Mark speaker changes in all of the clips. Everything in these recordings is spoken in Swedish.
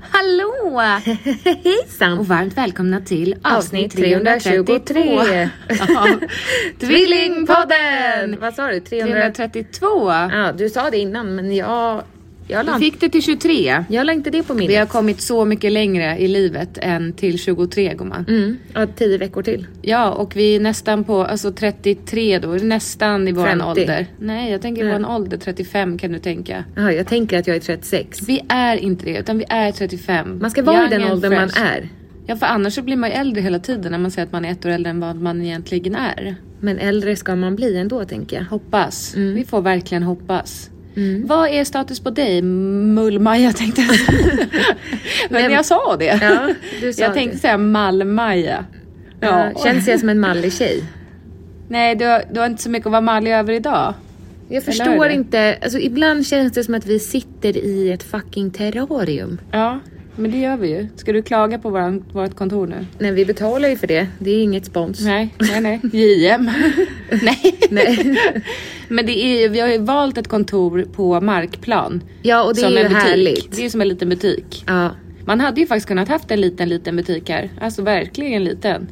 Speaker 1: Hallå!
Speaker 2: Hejsan!
Speaker 1: Och varmt välkomna till avsnitt
Speaker 2: Avsnitt 332.
Speaker 1: 333 av
Speaker 2: Tvillingpodden!
Speaker 1: Tvillingpodden!
Speaker 2: Vad sa du? 300...
Speaker 1: 332.
Speaker 2: Ja, du sa det innan, men jag... Jag
Speaker 1: Vi
Speaker 2: la,
Speaker 1: fick det till 23.
Speaker 2: jag la inte det på minnet.
Speaker 1: Vi har kommit så mycket längre i livet än till 23 gumman.
Speaker 2: Mm, ja, tio veckor till.
Speaker 1: Ja, och vi är nästan på, alltså 33 då, nästan i våran
Speaker 2: 50.
Speaker 1: ålder. Nej, jag tänker i
Speaker 2: Nej.
Speaker 1: våran ålder, 35 kan du tänka.
Speaker 2: Ja, jag tänker att jag är 36.
Speaker 1: Vi är inte det, utan vi är 35.
Speaker 2: Man ska vara
Speaker 1: Young
Speaker 2: i den
Speaker 1: and
Speaker 2: åldern
Speaker 1: fresh.
Speaker 2: man är.
Speaker 1: Ja, för annars så blir man ju äldre hela tiden när man säger att man är ett år äldre än vad man egentligen är.
Speaker 2: Men äldre ska man bli ändå, tänker jag.
Speaker 1: Hoppas.
Speaker 2: Mm.
Speaker 1: Vi får verkligen hoppas. Vad är status på dig, Mullmaja tänkte jag säga. Men
Speaker 2: Nej,
Speaker 1: jag sa det.
Speaker 2: Ja, du sa
Speaker 1: jag tänkte
Speaker 2: det.
Speaker 1: säga Mallmaja. Ja.
Speaker 2: Ja, känns jag som en mallig tjej?
Speaker 1: Nej, du har, du har inte så mycket att vara mallig över idag.
Speaker 2: Jag
Speaker 1: Eller hur?
Speaker 2: förstår inte. Alltså, ibland känns det som att vi sitter i ett fucking terrarium.
Speaker 1: Ja, men det gör vi ju. Ska du klaga på våran, vårt kontor nu?
Speaker 2: Nej, vi betalar ju för det. Det är inget spons.
Speaker 1: Nej, nej, nej. JM. nej.
Speaker 2: Nej.
Speaker 1: men det är ju, vi har ju valt ett kontor på markplan.
Speaker 2: Ja, och det
Speaker 1: som
Speaker 2: är ju
Speaker 1: en butik.
Speaker 2: härligt.
Speaker 1: Det är ju som en liten butik.
Speaker 2: Ja.
Speaker 1: Man hade ju faktiskt kunnat haft en liten, liten butik här. Alltså verkligen liten.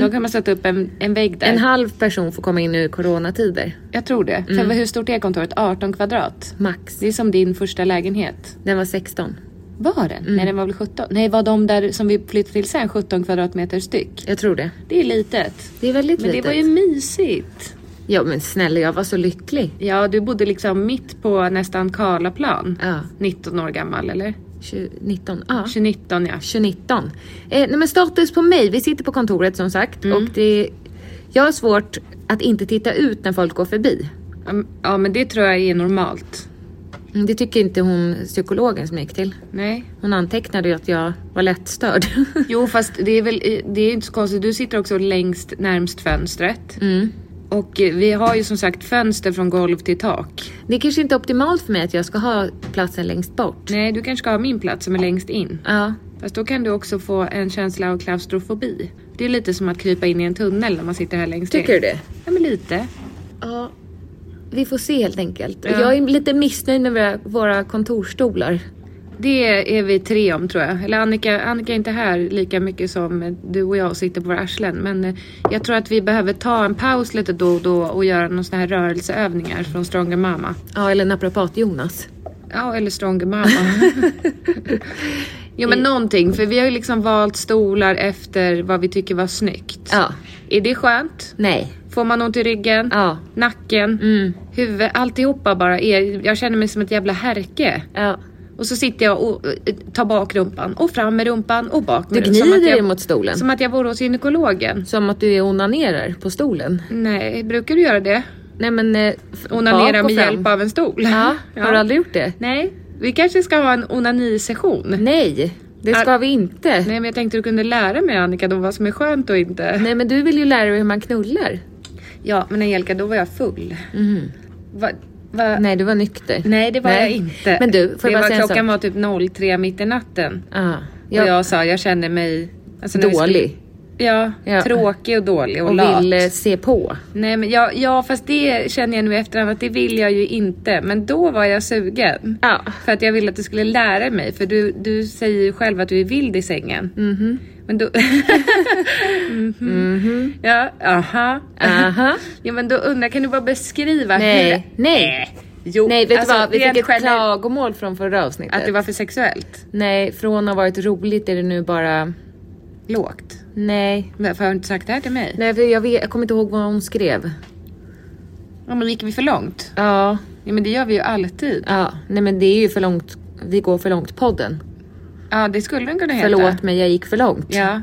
Speaker 1: Då kan man sätta upp en, en vägg där.
Speaker 2: Mm. En halv person får komma in nu i coronatider,
Speaker 1: jag tror det.
Speaker 2: Mm.
Speaker 1: För hur stort är kontoret? 18 kvadrat.
Speaker 2: max.
Speaker 1: Det är som din första lägenhet.
Speaker 2: Den var 16.
Speaker 1: Var
Speaker 2: Mm.
Speaker 1: den? Nej, den var väl 17? Nej, var de där som vi flyttade till sen 17 kvadratmeter styck?
Speaker 2: Jag tror det.
Speaker 1: Det är litet.
Speaker 2: Det är väldigt
Speaker 1: Men det
Speaker 2: litet.
Speaker 1: var ju mysigt.
Speaker 2: Ja men snälla, jag var så lycklig.
Speaker 1: Ja, du bodde liksom mitt på nästan Karlaplan.
Speaker 2: Ja.
Speaker 1: 19 år gammal, eller?
Speaker 2: 2019. Ja.
Speaker 1: 2019, ja.
Speaker 2: 2019. Eh, nej men status på mig. Vi sitter på kontoret som sagt
Speaker 1: Mm.
Speaker 2: och det... Jag har svårt att inte titta ut när folk går förbi.
Speaker 1: Ja, men det tror jag är normalt.
Speaker 2: Mm, Det tycker inte hon psykologen som jag gick till.
Speaker 1: Nej,
Speaker 2: Hon antecknade ju att jag var lättstörd.
Speaker 1: Jo fast det är väl det är inte så konstigt. Du sitter också längst närmst fönstret.
Speaker 2: Mm.
Speaker 1: Och eh, vi har ju som sagt fönster från golv till tak.
Speaker 2: Det är kanske inte optimalt för mig att jag ska ha platsen längst bort.
Speaker 1: Nej du kanske ska ha min plats som är längst in.
Speaker 2: Ja,
Speaker 1: Fast då kan du också få en känsla av klaustrofobi. Det är lite som att krypa in i en tunnel när man sitter här längst
Speaker 2: tycker du
Speaker 1: in.
Speaker 2: det?
Speaker 1: Ja men lite.
Speaker 2: Ja, vi får se helt enkelt.
Speaker 1: Ja.
Speaker 2: Jag är lite missnöjd med våra, våra kontorsstolar.
Speaker 1: Det är vi tre om tror jag. Eller Annika, Annika är inte här lika mycket som eh, du och jag sitter på våra arslen. Men eh, jag tror att vi behöver ta en paus lite då och då och göra några såna här rörelseövningar från Stronger Mamma.
Speaker 2: Ja, eller naprapat-Jonas.
Speaker 1: Ja, eller Stronger Mamma. jo, men någonting. För vi har ju liksom valt stolar efter vad vi tycker var snyggt.
Speaker 2: Ja.
Speaker 1: Är det skönt?
Speaker 2: Nej.
Speaker 1: Får man ont i ryggen?
Speaker 2: Ja.
Speaker 1: Nacken?
Speaker 2: Mm.
Speaker 1: Huvud? Alltihopa bara. Är, jag känner mig som ett jävla härke.
Speaker 2: Ja.
Speaker 1: Och så sitter jag och, eh, tar bak rumpan och fram med rumpan och bak
Speaker 2: Du
Speaker 1: med rumpan. Som
Speaker 2: gnider
Speaker 1: att
Speaker 2: dig
Speaker 1: jag-
Speaker 2: mot stolen.
Speaker 1: Som att jag vore hos gynekologen.
Speaker 2: Som att du är onanerar på stolen.
Speaker 1: Nej, brukar du göra det?
Speaker 2: Nej men... eh, f- bak
Speaker 1: Onanera
Speaker 2: och
Speaker 1: med
Speaker 2: fram.
Speaker 1: hjälp av en stol?
Speaker 2: Ja, har du aldrig gjort det?
Speaker 1: Nej, vi kanske ska ha en onanisession.
Speaker 2: Nej, det ska vi inte. Nej.
Speaker 1: Nej men jag tänkte du kunde lära mig Annika då vad som är skönt och inte.
Speaker 2: men du vill ju lära dig hur man knullar.
Speaker 1: Ja men Angelica då var jag full. Va, va? Nej.
Speaker 2: Mm-hmm. Nej, du var nykter.
Speaker 1: det var
Speaker 2: Nej.
Speaker 1: jag inte.
Speaker 2: Men du, får
Speaker 1: det
Speaker 2: jag bara
Speaker 1: var,
Speaker 2: säga en sak? Ah.
Speaker 1: klockan var typ 03 mitt i natten.
Speaker 2: Ja.
Speaker 1: Och
Speaker 2: Jag,
Speaker 1: jag sa jag känner mig alltså, när vi
Speaker 2: Dålig.
Speaker 1: Skulle, Ja,
Speaker 2: Ja.
Speaker 1: tråkig och dålig och,
Speaker 2: och
Speaker 1: lat.
Speaker 2: vill eh, se på.
Speaker 1: Nej men jag, ja fast det känner jag nu i efterhand att det vill jag ju inte. Men då var jag sugen.
Speaker 2: Ja.
Speaker 1: För att jag ville att du skulle lära mig. För du, du säger ju själv att du är vild i sängen.
Speaker 2: Mm-hmm.
Speaker 1: Men då... Mhm. Ja, aha.
Speaker 2: Aha.
Speaker 1: Ja men då undrar, kan du bara beskriva hur...
Speaker 2: Nej, nej.
Speaker 1: Jo,
Speaker 2: Nej, vet
Speaker 1: alltså,
Speaker 2: du vad? Vi
Speaker 1: rent
Speaker 2: fick ett
Speaker 1: generellt-
Speaker 2: klagomål från förra avsnittet.
Speaker 1: Att det var för sexuellt?
Speaker 2: Nej, från att ha varit roligt är det nu bara...
Speaker 1: Lågt?
Speaker 2: Nej.
Speaker 1: Varför har du inte sagt det här till mig?
Speaker 2: Nej, för jag, vet, jag kommer inte ihåg vad hon skrev.
Speaker 1: Ja men gick vi för långt?
Speaker 2: Ja,
Speaker 1: Ja men det gör vi ju alltid.
Speaker 2: ja. Nej men det är ju för långt. Vi går för långt podden.
Speaker 1: Ja det skulle den kunna heta.
Speaker 2: Förlåt mig, jag gick för långt.
Speaker 1: Ja.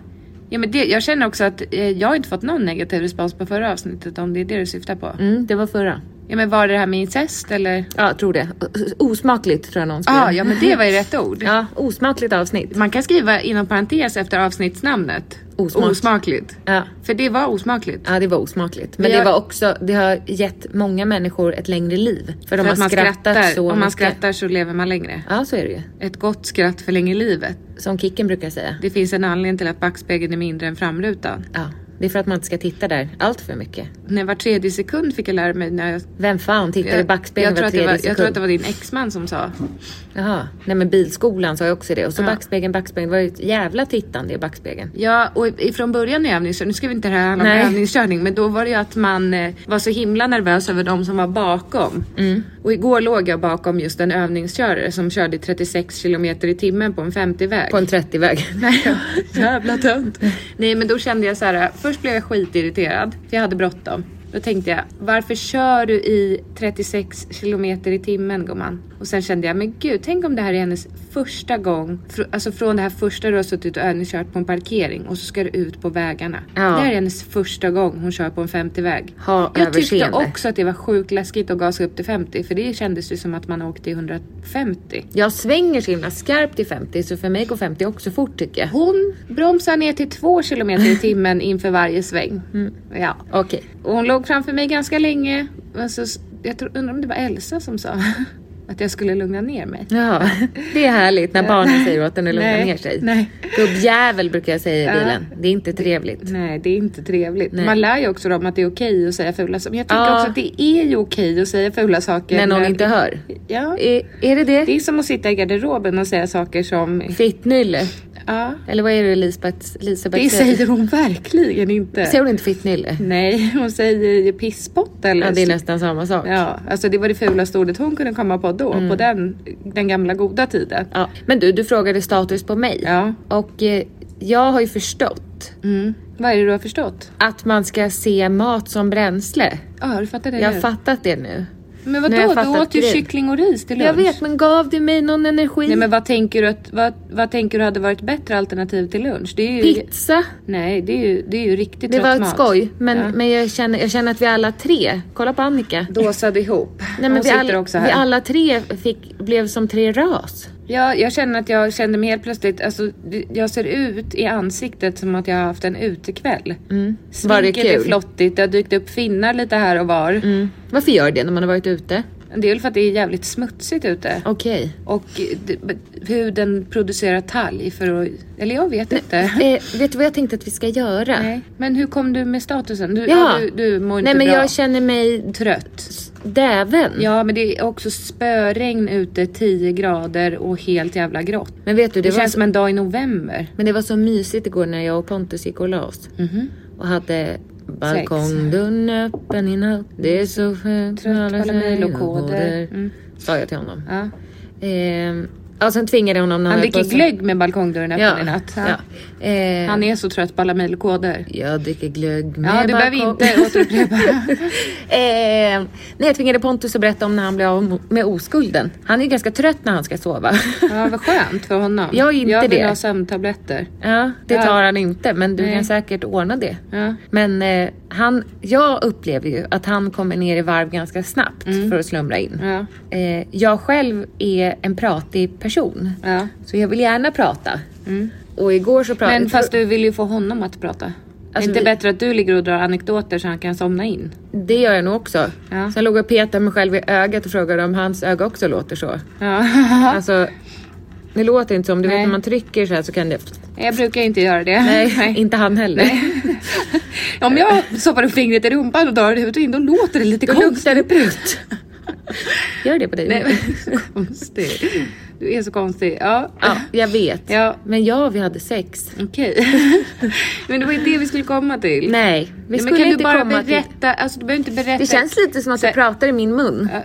Speaker 1: ja men det, jag känner också att eh, jag har inte fått någon negativ respons på förra avsnittet om det är det du syftar på.
Speaker 2: Mm, det var förra.
Speaker 1: Ja men var det det här med incest eller?
Speaker 2: Ja, jag tror det. O- Osmakligt tror jag någon skrev.
Speaker 1: Ah, Ja, ja men det var ju rätt ord.
Speaker 2: Ja, osmakligt avsnitt.
Speaker 1: Man kan skriva inom parentes efter avsnittsnamnet.
Speaker 2: Osmak.
Speaker 1: Osmakligt.
Speaker 2: Ja.
Speaker 1: För det var osmakligt.
Speaker 2: Ja, det var osmakligt. Men
Speaker 1: Men jag-
Speaker 2: det var också, det har gett många människor ett längre liv. För, de
Speaker 1: För
Speaker 2: har
Speaker 1: att man
Speaker 2: skrattat
Speaker 1: skrattar,
Speaker 2: så
Speaker 1: om man
Speaker 2: mycket.
Speaker 1: skrattar så lever man längre.
Speaker 2: Ja, så är det ju.
Speaker 1: Ett gott skratt förlänger livet.
Speaker 2: Som Kicken brukar säga.
Speaker 1: Det finns en anledning till att backspegeln är mindre än framrutan.
Speaker 2: Ja, det är för att man inte ska titta där allt för mycket.
Speaker 1: När var tredje sekund fick jag lära mig när jag...
Speaker 2: Vem fan tittar i
Speaker 1: Jag,
Speaker 2: backspegeln
Speaker 1: tror
Speaker 2: var
Speaker 1: att det
Speaker 2: tredje
Speaker 1: var,
Speaker 2: sekund?
Speaker 1: jag tror att det var din exman som sa.
Speaker 2: Jaha, nej men bilskolan sa ju också det. Och så
Speaker 1: Ja.
Speaker 2: backspegeln, backspegeln. Det var ju ett jävla tittande i backspegeln.
Speaker 1: Ja, och i- från början i övningskörning, nu ska vi inte det här handla om
Speaker 2: Nej.
Speaker 1: övningskörning, men då var det ju att man eh, var så himla nervös över de som var bakom.
Speaker 2: Mm.
Speaker 1: Och igår låg jag bakom just en övningskörare som körde i 36 kilometer i timmen på en 50-väg.
Speaker 2: På en 30-väg.
Speaker 1: Nej, jävla tönt. Nej men då kände jag så här. först blev jag skitirriterad för jag hade bråttom. Då tänkte jag, varför kör du i 36 kilometer i timmen gumman? Och sen kände jag, men gud, tänk om det här är hennes första gång, fr- alltså från det här första du har suttit och övningskört på en parkering och så ska du ut på vägarna.
Speaker 2: Ja.
Speaker 1: Det här är hennes första gång hon kör på en 50-väg.
Speaker 2: Ha
Speaker 1: jag tyckte
Speaker 2: överseende.
Speaker 1: också att det var sjukt läskigt att gasa upp till 50 för det kändes ju som att man åkte i 150.
Speaker 2: Jag svänger så himla skarpt i 50 så för mig går 50 också fort tycker jag.
Speaker 1: Hon bromsar ner till två kilometer i timmen inför varje sväng.
Speaker 2: Mm.
Speaker 1: Ja.
Speaker 2: Okej.
Speaker 1: Och hon låg framför mig ganska länge. Men så, jag tror, undrar om det var Elsa som sa att jag skulle lugna ner mig.
Speaker 2: Ja, det är härligt när barnen säger åt en att lugna
Speaker 1: Nej,
Speaker 2: ner sig.
Speaker 1: nej.
Speaker 2: Gubbjävel brukar jag säga i bilen. Det är inte trevligt.
Speaker 1: Nej, det är inte trevligt. Man lär ju också dem att det är okej att säga fula saker. Men jag tycker
Speaker 2: Ja.
Speaker 1: också att det är ju okej att säga fula saker.
Speaker 2: När någon inte hör.
Speaker 1: Ja.
Speaker 2: Är, är det det?
Speaker 1: Det är som att sitta i garderoben och säga saker som...
Speaker 2: Fittnylle.
Speaker 1: Ja,
Speaker 2: Eller vad är det Lisbeth, Lisbeth
Speaker 1: det säger hon verkligen inte.
Speaker 2: Säger hon inte fittnylle?
Speaker 1: Nej, hon säger ju pisspott eller
Speaker 2: Ja, det är nästan samma sak.
Speaker 1: Ja, alltså det var det fulaste ordet hon kunde komma på då,
Speaker 2: Mm.
Speaker 1: på den, den gamla goda tiden.
Speaker 2: Ja. Men du, du frågade status på mig.
Speaker 1: Ja.
Speaker 2: Och eh, jag har ju förstått
Speaker 1: Mm. Vad är det du har förstått?
Speaker 2: att man ska se mat som bränsle.
Speaker 1: Ja, har du fattat det
Speaker 2: Jag
Speaker 1: nu?
Speaker 2: har fattat det nu.
Speaker 1: men
Speaker 2: nu har
Speaker 1: vadå,
Speaker 2: jag
Speaker 1: du
Speaker 2: fattat
Speaker 1: åt ju
Speaker 2: grejen.
Speaker 1: kyckling och ris till lunch.
Speaker 2: Jag vet, men gav det mig någon energi?
Speaker 1: Nej men vad tänker du, att, vad, vad tänker du hade varit bättre alternativ till lunch? Det är ju,
Speaker 2: Pizza.
Speaker 1: nej, det är ju, det är ju riktigt
Speaker 2: Det
Speaker 1: trött
Speaker 2: var ett
Speaker 1: mat.
Speaker 2: skoj, men,
Speaker 1: Ja.
Speaker 2: men jag, känner, jag känner att vi alla tre, kolla på Annika.
Speaker 1: Dåsade ihop.
Speaker 2: Nej, men
Speaker 1: Hon
Speaker 2: vi,
Speaker 1: sitter
Speaker 2: alla,
Speaker 1: också
Speaker 2: vi
Speaker 1: här.
Speaker 2: alla tre fick, blev som tre ras.
Speaker 1: Ja, jag känner att jag kände mig helt plötsligt, alltså det- jag ser ut i ansiktet som att jag har haft en utekväll. Mm.
Speaker 2: Var det
Speaker 1: är
Speaker 2: kul? Mm.
Speaker 1: flottigt, det har dykt upp finnar lite här och var.
Speaker 2: Varför gör det när man har varit ute?
Speaker 1: Det är väl för att det är jävligt smutsigt ute.
Speaker 2: Okej.
Speaker 1: Och det- b- huden producerar talg för att... Eller jag vet inte.
Speaker 2: Eh, vet du vad jag tänkte att vi ska göra?
Speaker 1: Nej. Men hur kom du med statusen? Du,
Speaker 2: Ja.
Speaker 1: du, du mår inte
Speaker 2: Nej men
Speaker 1: bra.
Speaker 2: jag känner mig
Speaker 1: Trött.
Speaker 2: däven.
Speaker 1: Ja, men det är också spöregn ute, 10 grader och helt jävla grått.
Speaker 2: Men vet du,
Speaker 1: Det,
Speaker 2: det, var
Speaker 1: känns
Speaker 2: så,
Speaker 1: som en dag i november.
Speaker 2: men det var så mysigt igår när jag och Pontus gick och la oss.
Speaker 1: Mhm.
Speaker 2: Och hade balkongdörren öppen i natt. Det är så skönt
Speaker 1: Trött på alla mejl och koder. Mm.
Speaker 2: Sa jag till honom.
Speaker 1: Ja.
Speaker 2: Ehm, ja, sen tvingade jag honom. när
Speaker 1: Han
Speaker 2: höll på
Speaker 1: dricker
Speaker 2: att-
Speaker 1: glögg med balkongdörren öppen
Speaker 2: Ja,
Speaker 1: i natt.
Speaker 2: ja.
Speaker 1: Ja.
Speaker 2: Ehm,
Speaker 1: Han är så trött på alla mejl och koder.
Speaker 2: Jag dricker glögg med
Speaker 1: Ja, du behöver
Speaker 2: balkong.
Speaker 1: inte återupprepa.
Speaker 2: Ehm, nej, jag tvingade Pontus att berätta om när han blev av med oskulden. Han är ju ganska trött när han ska sova.
Speaker 1: Ja, vad skönt för honom.
Speaker 2: Jag är inte
Speaker 1: jag vill
Speaker 2: det.
Speaker 1: ha sömntabletter.
Speaker 2: Ja, det
Speaker 1: Ja.
Speaker 2: tar han inte, men du
Speaker 1: Nej.
Speaker 2: kan säkert ordna det.
Speaker 1: Ja.
Speaker 2: Men eh, han, jag upplever ju att han kommer ner i varv ganska snabbt för att slumra in.
Speaker 1: Mm. Ja.
Speaker 2: Eh, jag själv är en pratig person,
Speaker 1: Ja. Mm.
Speaker 2: så jag vill gärna prata. Och igår så pratade...
Speaker 1: Men fast du vill ju få honom att prata. är
Speaker 2: Alltså,
Speaker 1: inte
Speaker 2: vi-
Speaker 1: bättre att du ligger och drar anekdoter så han kan somna in?
Speaker 2: Det gör jag nog också.
Speaker 1: Ja.
Speaker 2: Sen låg jag och petade mig själv i ögat och frågade om hans öga också låter så.
Speaker 1: Ja.
Speaker 2: Alltså, Det låter inte som, du
Speaker 1: Nej.
Speaker 2: vet när man trycker så här så kan det...
Speaker 1: Jag brukar inte göra det.
Speaker 2: Nej, inte han heller.
Speaker 1: Om jag stoppar upp fingret i rumpan och drar det ut och in, då låter det lite
Speaker 2: Då
Speaker 1: konstigt.
Speaker 2: luktar det prut. Gör det på dig?
Speaker 1: Nej, men, så konstig. Du är så konstig. Ja,
Speaker 2: Ja, jag vet.
Speaker 1: Ja.
Speaker 2: Men ja, vi hade sex.
Speaker 1: okej. Men det var ju det vi skulle komma till.
Speaker 2: Nej, vi
Speaker 1: Nej,
Speaker 2: skulle
Speaker 1: men kan
Speaker 2: inte
Speaker 1: du bara
Speaker 2: komma
Speaker 1: berätta?
Speaker 2: till...
Speaker 1: Alltså du behöver inte berätta.
Speaker 2: Det känns lite som att
Speaker 1: Så-
Speaker 2: du pratar i min mun.
Speaker 1: Ja,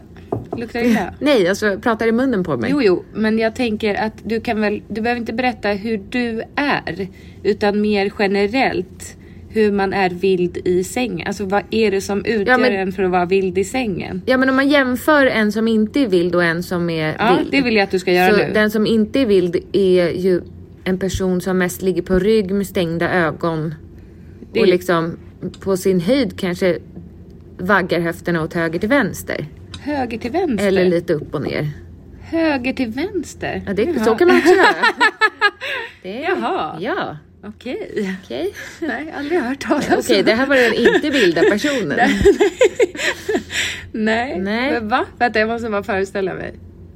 Speaker 1: Luktar det illa?
Speaker 2: Nej, alltså pratar i munnen på mig.
Speaker 1: Jo, jo, men jag tänker att du kan väl, du behöver inte berätta hur du är, utan mer generellt hur man är vild i sängen. Alltså vad är det som utgör
Speaker 2: men-
Speaker 1: en för att vara vild i sängen?
Speaker 2: Ja men om man jämför en som inte är vild och en som är
Speaker 1: Ja,
Speaker 2: vild.
Speaker 1: det vill jag att du ska göra
Speaker 2: så
Speaker 1: nu.
Speaker 2: den som inte är vild är ju en person som mest ligger på rygg med stängda ögon.
Speaker 1: Det-
Speaker 2: Och liksom på sin höjd kanske vaggar höfterna åt höger till vänster.
Speaker 1: Höger till vänster?
Speaker 2: Eller lite upp och ner.
Speaker 1: Höger till vänster?
Speaker 2: Ja, det,
Speaker 1: Jaha.
Speaker 2: Så kan man också göra. Det,
Speaker 1: Jaha.
Speaker 2: Ja,
Speaker 1: Okej.
Speaker 2: okej.
Speaker 1: Nej, aldrig hört talas om.
Speaker 2: Okej, det här var den inte vilda personen.
Speaker 1: Nej.
Speaker 2: Nej.
Speaker 1: Men Va? Vänta, jag måste bara föreställa mig.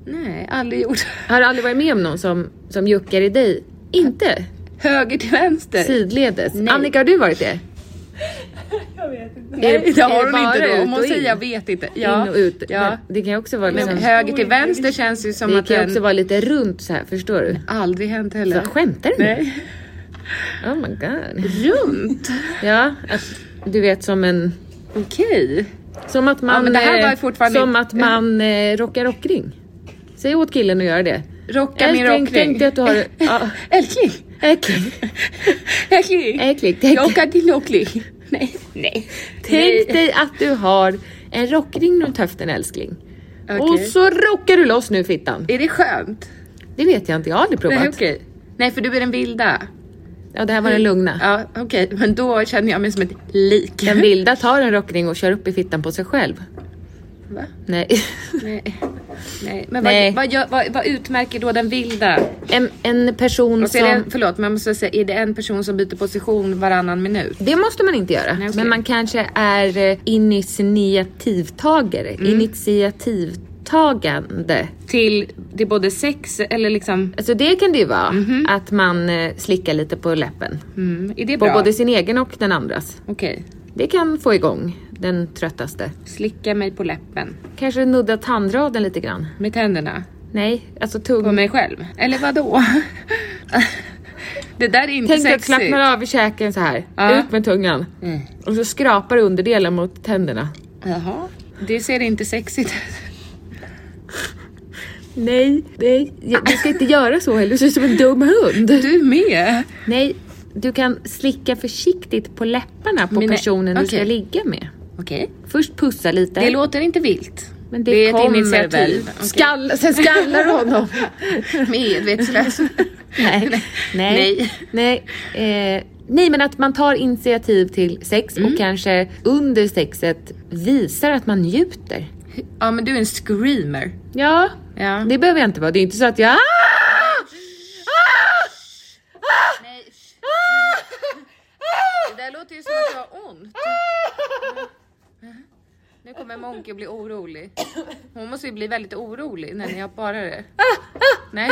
Speaker 1: Nej, aldrig gjort.
Speaker 2: Har du aldrig varit med om någon som, som juckar i dig? Inte?
Speaker 1: Höger till vänster?
Speaker 2: Sidledes. Annika, har du varit det?
Speaker 1: Nej, det har
Speaker 2: är
Speaker 1: hon
Speaker 2: bara
Speaker 1: inte då.
Speaker 2: ut
Speaker 1: Om hon
Speaker 2: och in?
Speaker 1: säger jag vet inte. Ja.
Speaker 2: In och ut.
Speaker 1: Ja.
Speaker 2: Men Det kan ju också vara liksom,
Speaker 1: Men höger till vänster känns ju som
Speaker 2: det
Speaker 1: att
Speaker 2: kan ju
Speaker 1: den
Speaker 2: också vara lite runt så här, förstår du?
Speaker 1: aldrig hänt heller.
Speaker 2: Så, skämtar du nu?
Speaker 1: Nej.
Speaker 2: Oh my god.
Speaker 1: Runt?
Speaker 2: Ja, att, du vet som en...
Speaker 1: Okej.
Speaker 2: Som att man,
Speaker 1: men det här
Speaker 2: eh,
Speaker 1: var ju fortfarande
Speaker 2: som
Speaker 1: inte-
Speaker 2: att man eh, rockar rockring. Säg åt killen att göra det.
Speaker 1: Rocka min
Speaker 2: Älskling,
Speaker 1: rockring.
Speaker 2: tänkte att du har- ja.
Speaker 1: Älskling!
Speaker 2: Äckling.
Speaker 1: Älskling!
Speaker 2: Äckligt.
Speaker 1: Jag åker till Lockling. Nej. Nej.
Speaker 2: Tänk
Speaker 1: Nej.
Speaker 2: dig att du har en rockring runt höften älskling. Och
Speaker 1: Okej.
Speaker 2: så rockar du loss nu fittan.
Speaker 1: Är det skönt?
Speaker 2: Det vet jag inte, jag har aldrig provat.
Speaker 1: Nej, okej. Mm. Nej, för du är den vilda.
Speaker 2: Ja, det här var den lugna.
Speaker 1: Ja, okej. Men då känner jag mig som ett lik.
Speaker 2: Den vilda tar en rockring och kör upp i fittan på sig själv.
Speaker 1: Va?
Speaker 2: Nej.
Speaker 1: Nej. Nej. Men
Speaker 2: Nej.
Speaker 1: Vad, vad, gör- vad, vad utmärker då den vilda?
Speaker 2: En, en person
Speaker 1: Och så
Speaker 2: som...
Speaker 1: är det, förlåt, men jag måste säga, är det en person som byter position varannan minut?
Speaker 2: Det måste man inte göra.
Speaker 1: Nej, okej.
Speaker 2: Men man kanske är eh, initiativtagare.
Speaker 1: Mm.
Speaker 2: Initiativtagande.
Speaker 1: Till, till både sex eller liksom...
Speaker 2: Alltså det kan det ju vara.
Speaker 1: Mhm.
Speaker 2: Att man eh, slickar lite på läppen.
Speaker 1: Mm, är det
Speaker 2: På
Speaker 1: bra?
Speaker 2: både sin egen och den andras.
Speaker 1: Okej.
Speaker 2: Det kan få igång den tröttaste.
Speaker 1: Slicka mig på läppen.
Speaker 2: Kanske nudda tandraden lite grann.
Speaker 1: Med tänderna.
Speaker 2: Nej, alltså
Speaker 1: På
Speaker 2: tungan.
Speaker 1: mig själv. Eller vad då? det där är inte
Speaker 2: Tänk dig att
Speaker 1: sexigt.
Speaker 2: slappna av i käken så här.
Speaker 1: Ja.
Speaker 2: Ut med tungan. Och så skrapar underdelen mot tänderna.
Speaker 1: Jaha. Det ser inte sexigt ut.
Speaker 2: Nej, nej. Jag- Du ska inte göra så heller, du ser ut som en dum hund.
Speaker 1: Du med.
Speaker 2: Nej, du kan slicka försiktigt på läpparna på
Speaker 1: Mina-
Speaker 2: personen du ska
Speaker 1: okej.
Speaker 2: ligga med.
Speaker 1: Okej.
Speaker 2: Först pussa lite.
Speaker 1: Det låter inte vilt.
Speaker 2: men det,
Speaker 1: det är ett
Speaker 2: kommer
Speaker 1: initiativ.
Speaker 2: väl.
Speaker 1: Okej.
Speaker 2: Skall, sen skallar du honom.
Speaker 1: Medvetslös.
Speaker 2: nej. Nej. Nej. Eh, nej, men att man tar initiativ till sex
Speaker 1: Mm.
Speaker 2: och kanske under sexet visar att man njuter.
Speaker 1: Ja men du är en screamer.
Speaker 2: Ja,
Speaker 1: Ja. Ah!
Speaker 2: det behöver jag inte vara. Det är inte så att jag...
Speaker 1: Det där låter ju som att jag har ont. Nu kommer Monke att bli orolig. Hon måste ju bli väldigt orolig när ni har parat er. Nej.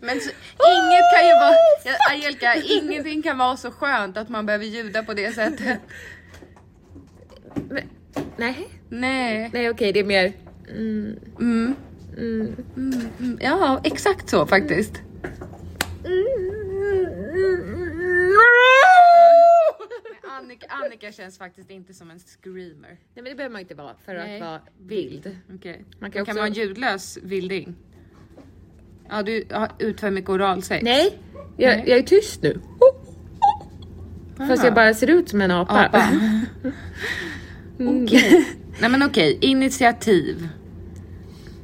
Speaker 1: Men så, inget kan ju vara... Ja, Angelica, ingenting kan vara så skönt att man behöver ljuda på det sättet.
Speaker 2: Nej,
Speaker 1: Nej.
Speaker 2: nej okej, det är mer...
Speaker 1: Ja, exakt så faktiskt. Men Annika, Annika känns faktiskt inte som en screamer.
Speaker 2: Nej men det behöver man inte vara för
Speaker 1: Nej.
Speaker 2: att vara vild.
Speaker 1: Okej.
Speaker 2: Man
Speaker 1: Man
Speaker 2: kan
Speaker 1: kan,
Speaker 2: också-
Speaker 1: vara en ljudlös vilding. Ja, du ja, utför mycket oralsex.
Speaker 2: Nej, jag,
Speaker 1: Nej. Ah.
Speaker 2: jag är tyst nu. Fast jag bara ser ut som en apa. Mm.
Speaker 1: Apa. Nej men okej, initiativ.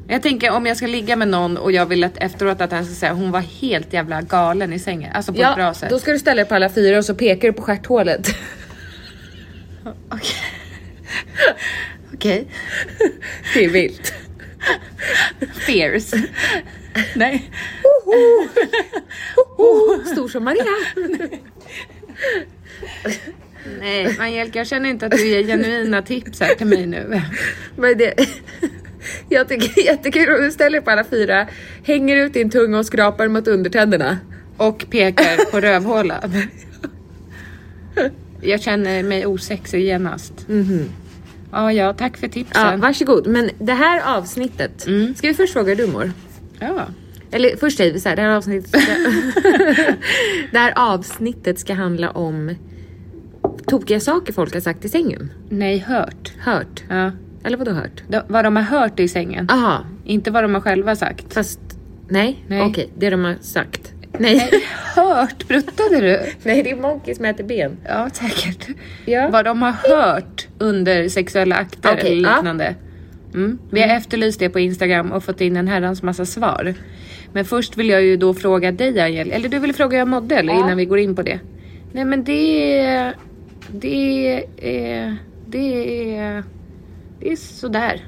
Speaker 1: Jag tänker om jag ska ligga med någon och jag vill att efteråt att han ska säga hon var helt jävla galen i sängen. Alltså på ett bra
Speaker 2: Ja,
Speaker 1: sätt.
Speaker 2: då ska du ställa dig på alla fyra och så pekar du på stjärthålet.
Speaker 1: Okej. Okej.
Speaker 2: Det är vilt.
Speaker 1: Fierce. Nej. Oh.
Speaker 2: Stor som Maria.
Speaker 1: Nej, Angelica jag känner inte att du ger genuina tips här till mig nu.
Speaker 2: Men det... Jag tycker det är jättekul om du ställer på alla fyra, hänger ut din tunga och skrapar mot undertänderna.
Speaker 1: Och pekar på rövhålan. Jag känner mig osexig genast. Ja, ja, tack för
Speaker 2: Ja,
Speaker 1: tipsen.
Speaker 2: varsågod. Men det här avsnittet,
Speaker 1: Mm.
Speaker 2: ska vi först fråga hur du mår?
Speaker 1: Ja.
Speaker 2: Eller först säger vi så här, det här avsnittet ska, det här avsnittet ska handla om tokiga saker folk har sagt i sängen.
Speaker 1: Nej, hört.
Speaker 2: Hört.
Speaker 1: Ja.
Speaker 2: Eller vadå hört?
Speaker 1: De, vad de har hört i sängen.
Speaker 2: Aha,
Speaker 1: Inte vad de har själva sagt.
Speaker 2: fast nej,
Speaker 1: Nej.
Speaker 2: okej, det de har sagt. Nej.
Speaker 1: Hört? Pruttade du?
Speaker 2: nej, det är Monkey som äter ben.
Speaker 1: Ja, säkert.
Speaker 2: Ja.
Speaker 1: Vad de har hört under sexuella akter
Speaker 2: Okej,
Speaker 1: eller
Speaker 2: ja.
Speaker 1: liknande. Mm. Vi har efterlyst det på Instagram och fått in en herrans massa svar. Men först vill jag ju då fråga dig Angel, eller du vill fråga hur jag mådde eller innan vi går in på det? Nej men det... är- Det är... Det är... Det är sådär.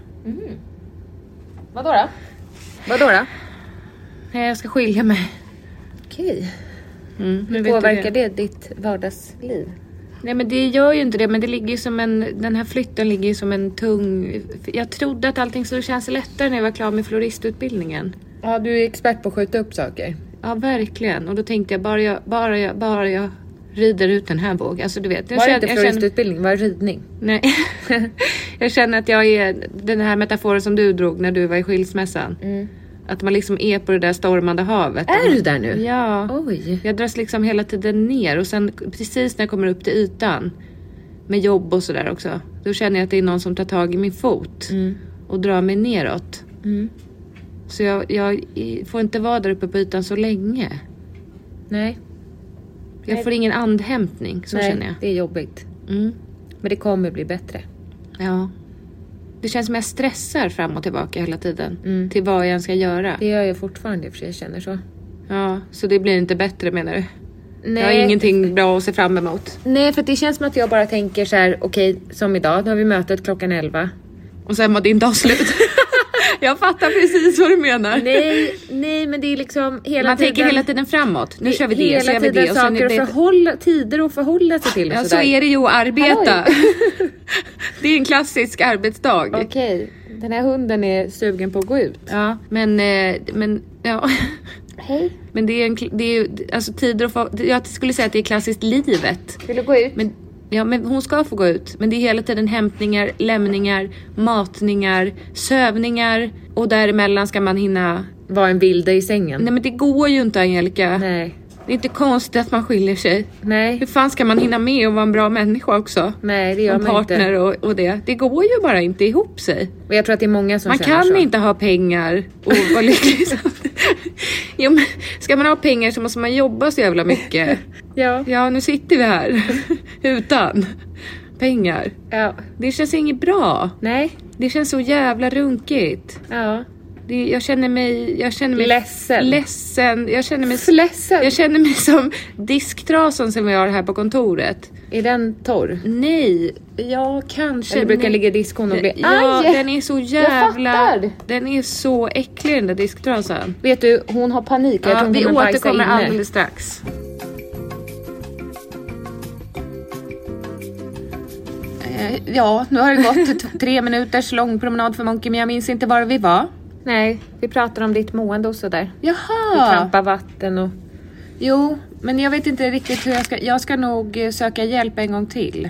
Speaker 2: Vadå då? Vadå då?
Speaker 1: Nej, Jag ska skilja mig.
Speaker 2: Okej.
Speaker 1: Mm, nu vet du
Speaker 2: Påverkar det ditt vardagsliv?
Speaker 1: Nej men det gör ju inte det, men det ligger ju som en, den här flytten ligger ju som en tung... Jag trodde att allting skulle kännas lättare när jag var klar med floristutbildningen.
Speaker 2: Ja, du är expert på att skjuta upp saker.
Speaker 1: Ja, verkligen. Och då tänkte jag, bara jag, bara jag, bara jag rider ut den här vågen. Alltså du vet. Jag
Speaker 2: Var det
Speaker 1: känner-
Speaker 2: inte
Speaker 1: jag känner-
Speaker 2: floristutbildning, var det ridning?
Speaker 1: Nej. jag känner att jag är den här metaforen som du drog när du var i skilsmässan. Att man liksom är på det där stormande havet.
Speaker 2: Mm. Är du där nu?
Speaker 1: Ja.
Speaker 2: Oj.
Speaker 1: Jag dras liksom hela tiden ner och sen precis när jag kommer upp till ytan med jobb och sådär också. Då känner jag att det är någon som tar tag i min fot
Speaker 2: Mm.
Speaker 1: och drar mig neråt. Så jag, jag i- får inte vara där uppe på ytan så länge.
Speaker 2: Nej.
Speaker 1: Jag får ingen andhämtning, så
Speaker 2: Nej,
Speaker 1: känner jag.
Speaker 2: det är jobbigt.
Speaker 1: Mm.
Speaker 2: Men det kommer bli bättre.
Speaker 1: Ja. Det känns som jag stressar fram och tillbaka hela tiden till vad jag än ska göra.
Speaker 2: Mm. Det gör jag fortfarande i och för sig, jag känner så.
Speaker 1: Ja, så det blir inte bättre menar du?
Speaker 2: Nej,
Speaker 1: Jag har ingenting bra att se fram emot.
Speaker 2: nej för det känns som att jag bara tänker så här, okej som idag, nu har vi mötet klockan 11.
Speaker 1: Och sen var din dag slut. jag fattar precis vad du menar.
Speaker 2: Nej, nej men det är liksom hela
Speaker 1: Man
Speaker 2: tiden.
Speaker 1: tänker hela tiden framåt. Nu kör vi det,
Speaker 2: hela
Speaker 1: så gör vi
Speaker 2: tiden
Speaker 1: det. Och sen
Speaker 2: saker
Speaker 1: är
Speaker 2: och
Speaker 1: det...
Speaker 2: förhålla, tider att förhålla sig till och
Speaker 1: Ja, så
Speaker 2: sådär.
Speaker 1: är det ju att arbeta. det är en klassisk arbetsdag.
Speaker 2: Okej, den här hunden är sugen på att gå ut.
Speaker 1: Ja, men, eh, men ja.
Speaker 2: Hej.
Speaker 1: Men det är, en, kl- det är ju, alltså tider och för, jag skulle säga att det är klassiskt livet.
Speaker 2: Vill du gå ut?
Speaker 1: Men, ja, men hon ska få gå ut. Men det är hela tiden hämtningar, lämningar, matningar, sövningar och däremellan ska man hinna.
Speaker 2: Var en vilde i sängen.
Speaker 1: Nej men det går ju inte Angelica.
Speaker 2: Nej.
Speaker 1: Det är inte konstigt att man skiljer sig. Hur
Speaker 2: Nej.
Speaker 1: fan ska man hinna med att vara en bra människa också?
Speaker 2: Nej, det gör
Speaker 1: en
Speaker 2: man
Speaker 1: partner
Speaker 2: inte.
Speaker 1: och, och det. Det går ju bara inte ihop sig.
Speaker 2: Och jag tror att det är många som
Speaker 1: Man
Speaker 2: känner
Speaker 1: kan
Speaker 2: så.
Speaker 1: inte ha pengar och vara lycklig samtidigt. jo, men Ska man ha pengar så måste man jobba så jävla mycket.
Speaker 2: Ja.
Speaker 1: Ja, nu sitter vi här utan pengar.
Speaker 2: ja.
Speaker 1: Det känns inget bra.
Speaker 2: Nej.
Speaker 1: Det känns så jävla runkigt.
Speaker 2: Ja.
Speaker 1: Det, jag känner mig... Jag känner mig
Speaker 2: Ledsen.
Speaker 1: ledsen. Jag känner mig...
Speaker 2: Ledsen.
Speaker 1: Jag känner mig som disktrasan som vi har här på kontoret.
Speaker 2: Är den torr?
Speaker 1: Nej, ja kanske.
Speaker 2: Eller brukar
Speaker 1: men-
Speaker 2: ligga i diskon och bli
Speaker 1: Ja,
Speaker 2: aj!
Speaker 1: den är så jävla...
Speaker 2: fattar.
Speaker 1: Den är så äcklig den där disktrasan.
Speaker 2: Vet du, hon har panik. Jag
Speaker 1: Ja,
Speaker 2: tror
Speaker 1: vi
Speaker 2: hon kommer bajsa
Speaker 1: återkommer
Speaker 2: inne.
Speaker 1: alldeles strax. Eh, Ja, nu har det gått t- tre minuters lång promenad för Monkey, men jag minns inte var vi var.
Speaker 2: Nej, vi pratar om ditt mående och sådär.
Speaker 1: Jaha!
Speaker 2: Trampa vatten och...
Speaker 1: Jo, men jag vet inte riktigt hur jag ska... Jag ska nog eh, söka hjälp en gång till.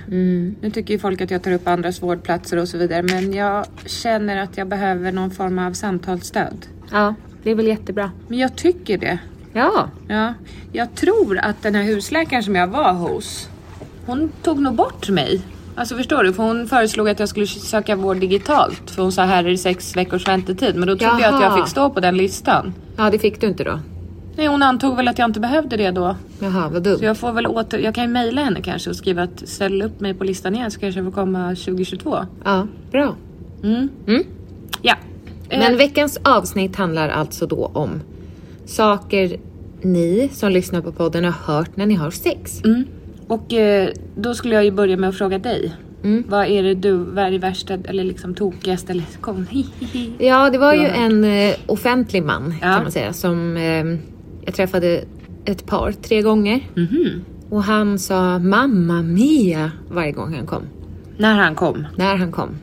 Speaker 1: Nu tycker ju folk att jag tar upp andras vårdplatser och så vidare, men jag känner att jag behöver någon form av samtalsstöd.
Speaker 2: Ja, det är väl jättebra.
Speaker 1: Men jag tycker det.
Speaker 2: Ja.
Speaker 1: Ja, jag tror att den här husläkaren som jag var hos, hon tog nog bort mig. Alltså förstår du? För hon föreslog att jag skulle söka vård digitalt. För hon sa här är det sex veckors väntetid. Men då trodde jag att jag
Speaker 2: Jaha.
Speaker 1: fick stå på den listan.
Speaker 2: Ja, det fick du inte då.
Speaker 1: Nej, hon antog väl att jag inte behövde det då.
Speaker 2: Jaha, vad dumt.
Speaker 1: Så jag får väl åter... Jag kan ju mejla henne kanske och skriva att ställ upp mig på listan igen så kanske jag får komma 2022.
Speaker 2: Ja, bra.
Speaker 1: Ja. Eh,
Speaker 2: Men veckans avsnitt handlar alltså då om saker ni som lyssnar på podden har hört när ni har sex.
Speaker 1: Mm. Och eh, då skulle jag ju börja med att fråga dig.
Speaker 2: Mm.
Speaker 1: Vad är det du, vad är det värsta eller liksom tokigaste eller kom,
Speaker 2: Ja, det var ju en eh, offentlig man
Speaker 1: Ja.
Speaker 2: kan man säga som eh, jag träffade ett par, tre gånger. Och han sa mamma mia varje gång han kom.
Speaker 1: När han kom.
Speaker 2: Mm. När han kom.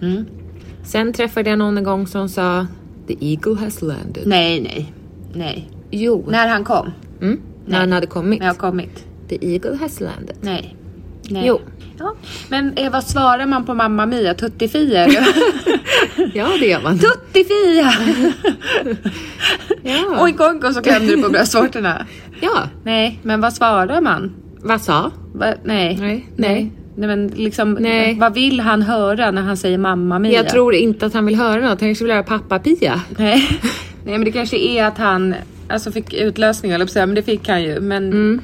Speaker 2: Sen träffade jag någon en gång som sa The eagle has landed.
Speaker 1: Nej, nej, nej.
Speaker 2: Jo,
Speaker 1: När han kom?
Speaker 2: Mm, när han hade kommit.
Speaker 1: När jag kommit?
Speaker 2: The eagle has landed.
Speaker 1: Nej. nej.
Speaker 2: Jo.
Speaker 1: Ja. Men eh, vad svarar man på Mamma Mia? Tuttifier?
Speaker 2: Ja, det gör man.
Speaker 1: Tuttifia!
Speaker 2: Ja.
Speaker 1: Oink oink och så klämde du på bröstvårtorna.
Speaker 2: Ja,
Speaker 1: Nej, men vad svarar man?
Speaker 2: vad sa?
Speaker 1: Va? Nej.
Speaker 2: Nej.
Speaker 1: Nej. Nej, men liksom,
Speaker 2: Nej.
Speaker 1: vad vill han höra när han säger Mamma Mia?
Speaker 2: Jag tror inte att han vill höra något. Han kanske vill höra pappa Pia.
Speaker 1: Nej. Nej, men det kanske är att han alltså, fick utlösning, eller men det fick han ju. Men,
Speaker 2: Mm.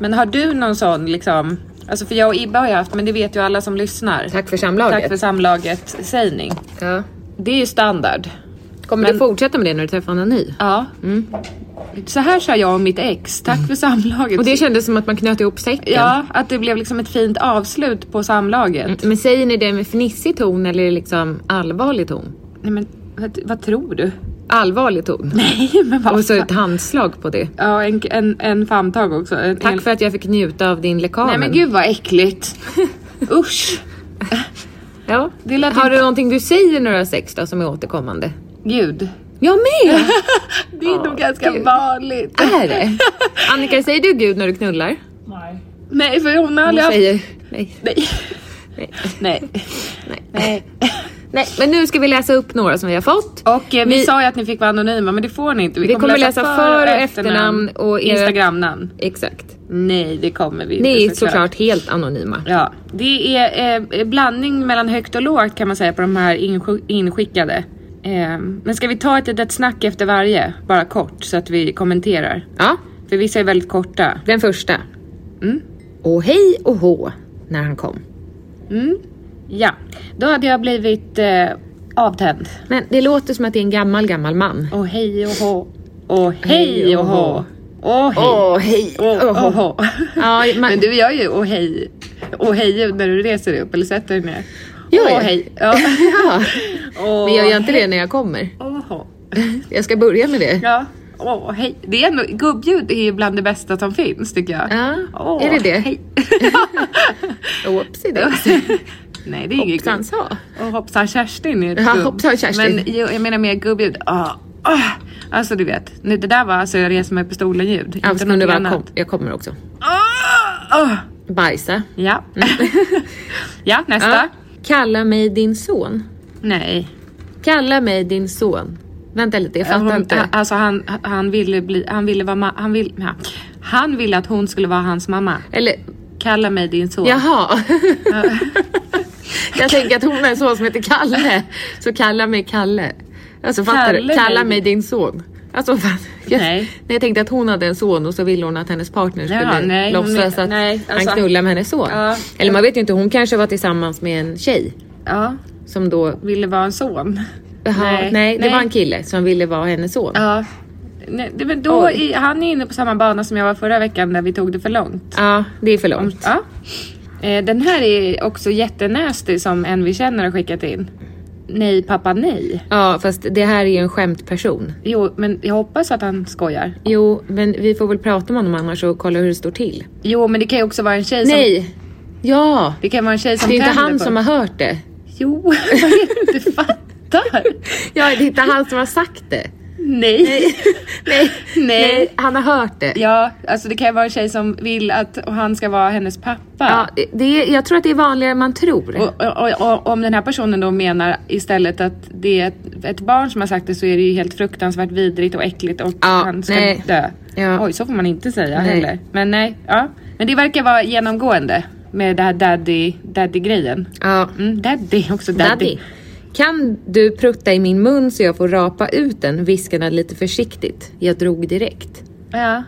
Speaker 1: men har du någon sån liksom? Alltså för jag och Ibba har ju haft, men det vet ju alla som lyssnar.
Speaker 2: Tack för samlaget.
Speaker 1: Tack för samlaget sägning.
Speaker 2: Ja.
Speaker 1: Det är ju standard.
Speaker 2: Kommer
Speaker 1: Men-
Speaker 2: du fortsätta med det när du träffar någon ny?
Speaker 1: Ja. Så här sa jag om mitt ex, tack för samlaget.
Speaker 2: Och det kändes som att man knöt ihop säcken.
Speaker 1: Ja, att det blev liksom ett fint avslut på samlaget.
Speaker 2: Men säger ni det med fnissig ton eller liksom allvarlig ton?
Speaker 1: Nej men vad, vad tror du?
Speaker 2: Allvarlig ton.
Speaker 1: Nej men vad
Speaker 2: Och så
Speaker 1: fan.
Speaker 2: ett handslag på det.
Speaker 1: Ja, en, en, en famntag också. En,
Speaker 2: Tack
Speaker 1: en-
Speaker 2: för att jag fick njuta av din lekamen.
Speaker 1: Nej men gud vad äckligt. Usch.
Speaker 2: Ja.
Speaker 1: Det lät
Speaker 2: Har
Speaker 1: inte-
Speaker 2: du någonting du säger när du har sex då som är återkommande?
Speaker 1: Gud.
Speaker 2: Jag med!
Speaker 1: Det är nog ganska
Speaker 2: gud.
Speaker 1: vanligt.
Speaker 2: är det? Annika, säger du gud när du knullar?
Speaker 1: Nej för hon har
Speaker 2: Du
Speaker 1: aldrig haft...
Speaker 2: säger nej.
Speaker 1: Nej.
Speaker 2: Nej.
Speaker 1: Nej.
Speaker 2: Nej. nej. Men nu ska vi läsa upp några som vi har fått.
Speaker 1: Och eh, vi,
Speaker 2: Vi-
Speaker 1: sa ju att ni fick vara anonyma men det får ni inte.
Speaker 2: Vi kommer läsa för- och efternamn och era-
Speaker 1: Instagramnamn.
Speaker 2: Exakt.
Speaker 1: Nej det kommer vi inte
Speaker 2: Ni är såklart helt anonyma.
Speaker 1: Ja, det är eh, blandning mellan högt och lågt kan man säga på de här insj- inskickade. Eh, men ska vi ta ett litet snack efter varje? Bara kort så att vi kommenterar.
Speaker 2: Ja,
Speaker 1: För vissa är väldigt korta.
Speaker 2: den första.
Speaker 1: Mm.
Speaker 2: Och hej och hå när han kom.
Speaker 1: Ja, då hade jag blivit eh, avtänd.
Speaker 2: Men det låter som att det är en gammal, gammal man.
Speaker 1: Och hej och hå. Och hej och hå. Och hej.
Speaker 2: hej
Speaker 1: Och och
Speaker 2: hå.
Speaker 1: hå.
Speaker 2: Ja, man-
Speaker 1: Men du gör ju och hej. Och hej när du reser dig upp eller sätter dig ner.
Speaker 2: Gör
Speaker 1: Åh,
Speaker 2: jag?
Speaker 1: hej. Ja.
Speaker 2: Ja.
Speaker 1: Åh,
Speaker 2: Men jag gör inte det när jag kommer.
Speaker 1: Åh, hå.
Speaker 2: Jag ska börja med det.
Speaker 1: Ja. Åh, hej. Det är ändå, gubbljud är ju bland det bästa som finns tycker jag.
Speaker 2: Ja,
Speaker 1: Åh,
Speaker 2: är det det?
Speaker 1: Hej.
Speaker 2: Whoopsie daisy.
Speaker 1: Nej, det är inget
Speaker 2: Hoppsan
Speaker 1: gubb.
Speaker 2: sa.
Speaker 1: Och hoppsan Kerstin är ett
Speaker 2: Ja,
Speaker 1: gubb.
Speaker 2: hoppsan Kerstin.
Speaker 1: Men jag, jag menar mer gubbljud. Ah, ah. Alltså du vet, nu, det där var alltså jag reser mig på stolen ljud.
Speaker 2: Ja, men nu
Speaker 1: något
Speaker 2: bara
Speaker 1: annat.
Speaker 2: kom. Jag kommer också.
Speaker 1: Ah, ah.
Speaker 2: Bajsa.
Speaker 1: Ja. ja, nästa.
Speaker 2: Mm. Ja. Kalla mig din son.
Speaker 1: Nej.
Speaker 2: Kalla mig din son. Vänta lite, jag fattar
Speaker 1: Hon,
Speaker 2: inte. Ah,
Speaker 1: a- alltså han, han ville bli, han ville vara, ma- han ville, ja. han ville att hon skulle vara hans mamma.
Speaker 2: ah, Eller,
Speaker 1: Kalla mig din son.
Speaker 2: jaha.
Speaker 1: Ah.
Speaker 2: jag tänker att hon är en son som heter Kalle. Så kalla mig Kalle. Alltså fattar
Speaker 1: Kalle
Speaker 2: du? Kalla
Speaker 1: mig-
Speaker 2: mig din son. Alltså, fan, jag,
Speaker 1: Nej.
Speaker 2: nej. Jag tänkte att hon hade en son och så ville hon att hennes partner skulle
Speaker 1: Ja, nej, hon
Speaker 2: låtsas
Speaker 1: vill-
Speaker 2: att
Speaker 1: nej, alltså-
Speaker 2: han knullar med hennes son.
Speaker 1: Ja.
Speaker 2: Eller man vet ju inte, hon kanske var tillsammans med en tjej
Speaker 1: Ja,
Speaker 2: som då...
Speaker 1: ville vara en son.
Speaker 2: Jaha,
Speaker 1: Nej,
Speaker 2: nej, det
Speaker 1: nej.
Speaker 2: var en kille som ville vara hennes son.
Speaker 1: Ja. Nej, det, men då i, han är inne på samma bana som jag var förra veckan där vi tog det för långt.
Speaker 2: Ja, det är för långt.
Speaker 1: Ja. Eh, Den här är också jättenästig som en vi känner har skickat in. Nej pappa nej.
Speaker 2: Ja, fast det här är ju en skämtperson.
Speaker 1: Jo, men jag hoppas att han skojar.
Speaker 2: Jo, men vi får väl prata med honom annars och kolla hur det står till.
Speaker 1: Jo, men det kan ju också vara en tjej som...
Speaker 2: Nej! Ja!
Speaker 1: Det kan vara en tjej som
Speaker 2: Det är ju inte
Speaker 1: tänder
Speaker 2: han
Speaker 1: på-
Speaker 2: som har hört det.
Speaker 1: Jo, vad är det du fattar?
Speaker 2: Ja, det är inte han som har sagt det.
Speaker 1: Nej. Nej. Nej.
Speaker 2: Nej, han har hört det.
Speaker 1: Ja, alltså det kan ju vara en tjej som vill att han ska vara hennes pappa.
Speaker 2: Ja, det är, jag tror att det är vanligare än man tror.
Speaker 1: Och, och, och om den här personen då menar istället att det är ett, ett barn som har sagt det så är det ju helt fruktansvärt vidrigt och äckligt och
Speaker 2: Ja,
Speaker 1: han ska
Speaker 2: nej.
Speaker 1: dö.
Speaker 2: Ja.
Speaker 1: Oj, så får man inte säga
Speaker 2: Nej.
Speaker 1: heller. Men nej, ja. Men det verkar vara genomgående med det här daddy, daddy-grejen.
Speaker 2: Ja.
Speaker 1: Mm, daddy, också daddy.
Speaker 2: Daddy. Kan du prutta i min mun så jag får rapa ut den? Viskade han lite försiktigt. Jag drog direkt.
Speaker 1: Ja.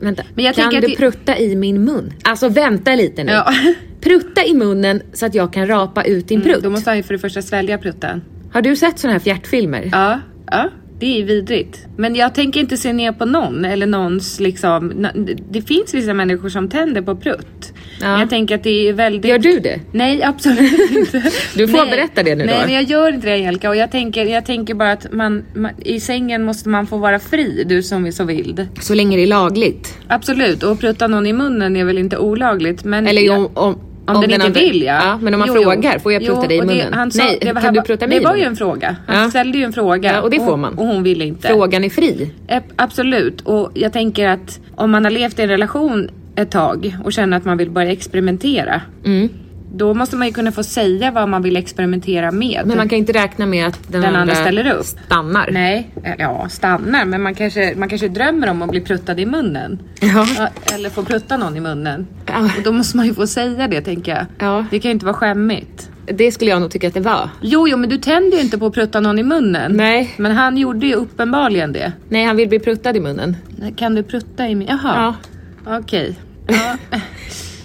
Speaker 2: Vänta.
Speaker 1: Men jag
Speaker 2: kan
Speaker 1: tänker
Speaker 2: du
Speaker 1: att det-
Speaker 2: prutta i min mun? Alltså vänta lite nu.
Speaker 1: Ja. Mm,
Speaker 2: Prutta i munnen så att jag kan rapa ut din prutt.
Speaker 1: Då måste han ju för det första svälja prutten.
Speaker 2: Har du sett såna här fjärtfilmer?
Speaker 1: Ja, ja. Det är vidrigt. Men jag tänker inte se ner på någon eller någons liksom. n- Det finns vissa människor som tänder på prutt.
Speaker 2: Ja.
Speaker 1: Men jag tänker att det är väldigt...
Speaker 2: Gör du det?
Speaker 1: Nej, absolut inte.
Speaker 2: Du får
Speaker 1: Nej.
Speaker 2: berätta det nu
Speaker 1: Nej,
Speaker 2: då.
Speaker 1: men jag gör inte det Angelica. Och jag tänker, jag tänker bara att man, man, i sängen måste man få vara fri, du som är så vild.
Speaker 2: Så länge det är lagligt.
Speaker 1: Absolut, och prutta någon i munnen är väl inte olagligt. Men
Speaker 2: Eller
Speaker 1: jag,
Speaker 2: om, om,
Speaker 1: Mm. Om, den, inte
Speaker 2: andra-
Speaker 1: vill ja.
Speaker 2: Ja, men om man frågar, får jag prutta dig i
Speaker 1: och det-
Speaker 2: munnen?
Speaker 1: han sa,
Speaker 2: Nej,
Speaker 1: det var,
Speaker 2: kan
Speaker 1: han
Speaker 2: du
Speaker 1: var-
Speaker 2: prutta mig
Speaker 1: Det
Speaker 2: i
Speaker 1: var ju
Speaker 2: munnen?
Speaker 1: en fråga. Han
Speaker 2: Ja.
Speaker 1: ställde ju en fråga.
Speaker 2: Ja, och det får man.
Speaker 1: Och, och hon ville inte.
Speaker 2: Frågan är fri.
Speaker 1: Eh, Absolut, och jag tänker att om man har levt i en relation ett tag och känner att man vill börja experimentera.
Speaker 2: Mm.
Speaker 1: Då måste man ju kunna få säga vad man vill experimentera med.
Speaker 2: Men man kan inte räkna med att den,
Speaker 1: Typ. Den andra ställer upp.
Speaker 2: stannar.
Speaker 1: Nej, eller ja stannar, men man kanske, man kanske drömmer om att bli pruttad i munnen.
Speaker 2: Ja.
Speaker 1: eller få prutta någon i munnen.
Speaker 2: Ja.
Speaker 1: Och då måste man ju få säga det tänker jag.
Speaker 2: Ja.
Speaker 1: Det kan ju inte vara skämmigt.
Speaker 2: Det skulle jag nog tycka att det var.
Speaker 1: Jo, jo, men du tänder ju inte på att prutta någon i munnen.
Speaker 2: Nej.
Speaker 1: Men han gjorde ju uppenbarligen det.
Speaker 2: Nej, han vill bli pruttad i munnen.
Speaker 1: Kan du prutta i min... Jaha. Okej. Ja.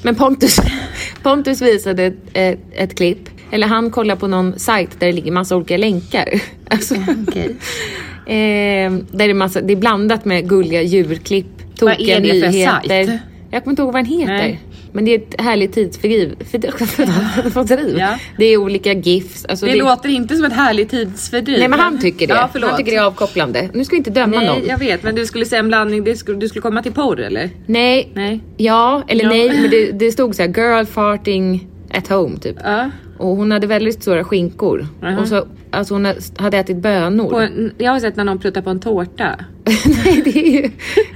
Speaker 2: Men Pontus, Pontus visade ett, ett, ett klipp, eller han kollar på någon sajt där det ligger massa olika länkar. Alltså,
Speaker 1: Okej.
Speaker 2: eh, där det, är massa, det är blandat med gulliga djurklipp,
Speaker 1: Vad är
Speaker 2: tokiga
Speaker 1: det för
Speaker 2: nyheter.
Speaker 1: sajt?
Speaker 2: Jag kommer inte ihåg vad den heter.
Speaker 1: Nej.
Speaker 2: Men det är ett härligt tidsfördriv. För, fördriv.
Speaker 1: Ja.
Speaker 2: Det är olika GIFs. Alltså
Speaker 1: Det låter inte som ett härligt tidsfördriv.
Speaker 2: Nej men han tycker det.
Speaker 1: Ja, förlåt.
Speaker 2: han tycker det är avkopplande. Nu ska vi inte döma någon.
Speaker 1: Nej, jag vet. Men du skulle säga en blandning. Det skulle, du skulle komma till porr eller?
Speaker 2: Nej.
Speaker 1: Nej.
Speaker 2: Ja, eller
Speaker 1: Ja.
Speaker 2: nej. Men det, det stod så här, girl farting at home typ.
Speaker 1: Ja.
Speaker 2: Och hon hade väldigt stora skinkor. Och så, alltså hon hade ätit bönor.
Speaker 1: På en, jag har sett när någon pruttar på en tårta.
Speaker 2: nej, det är ju...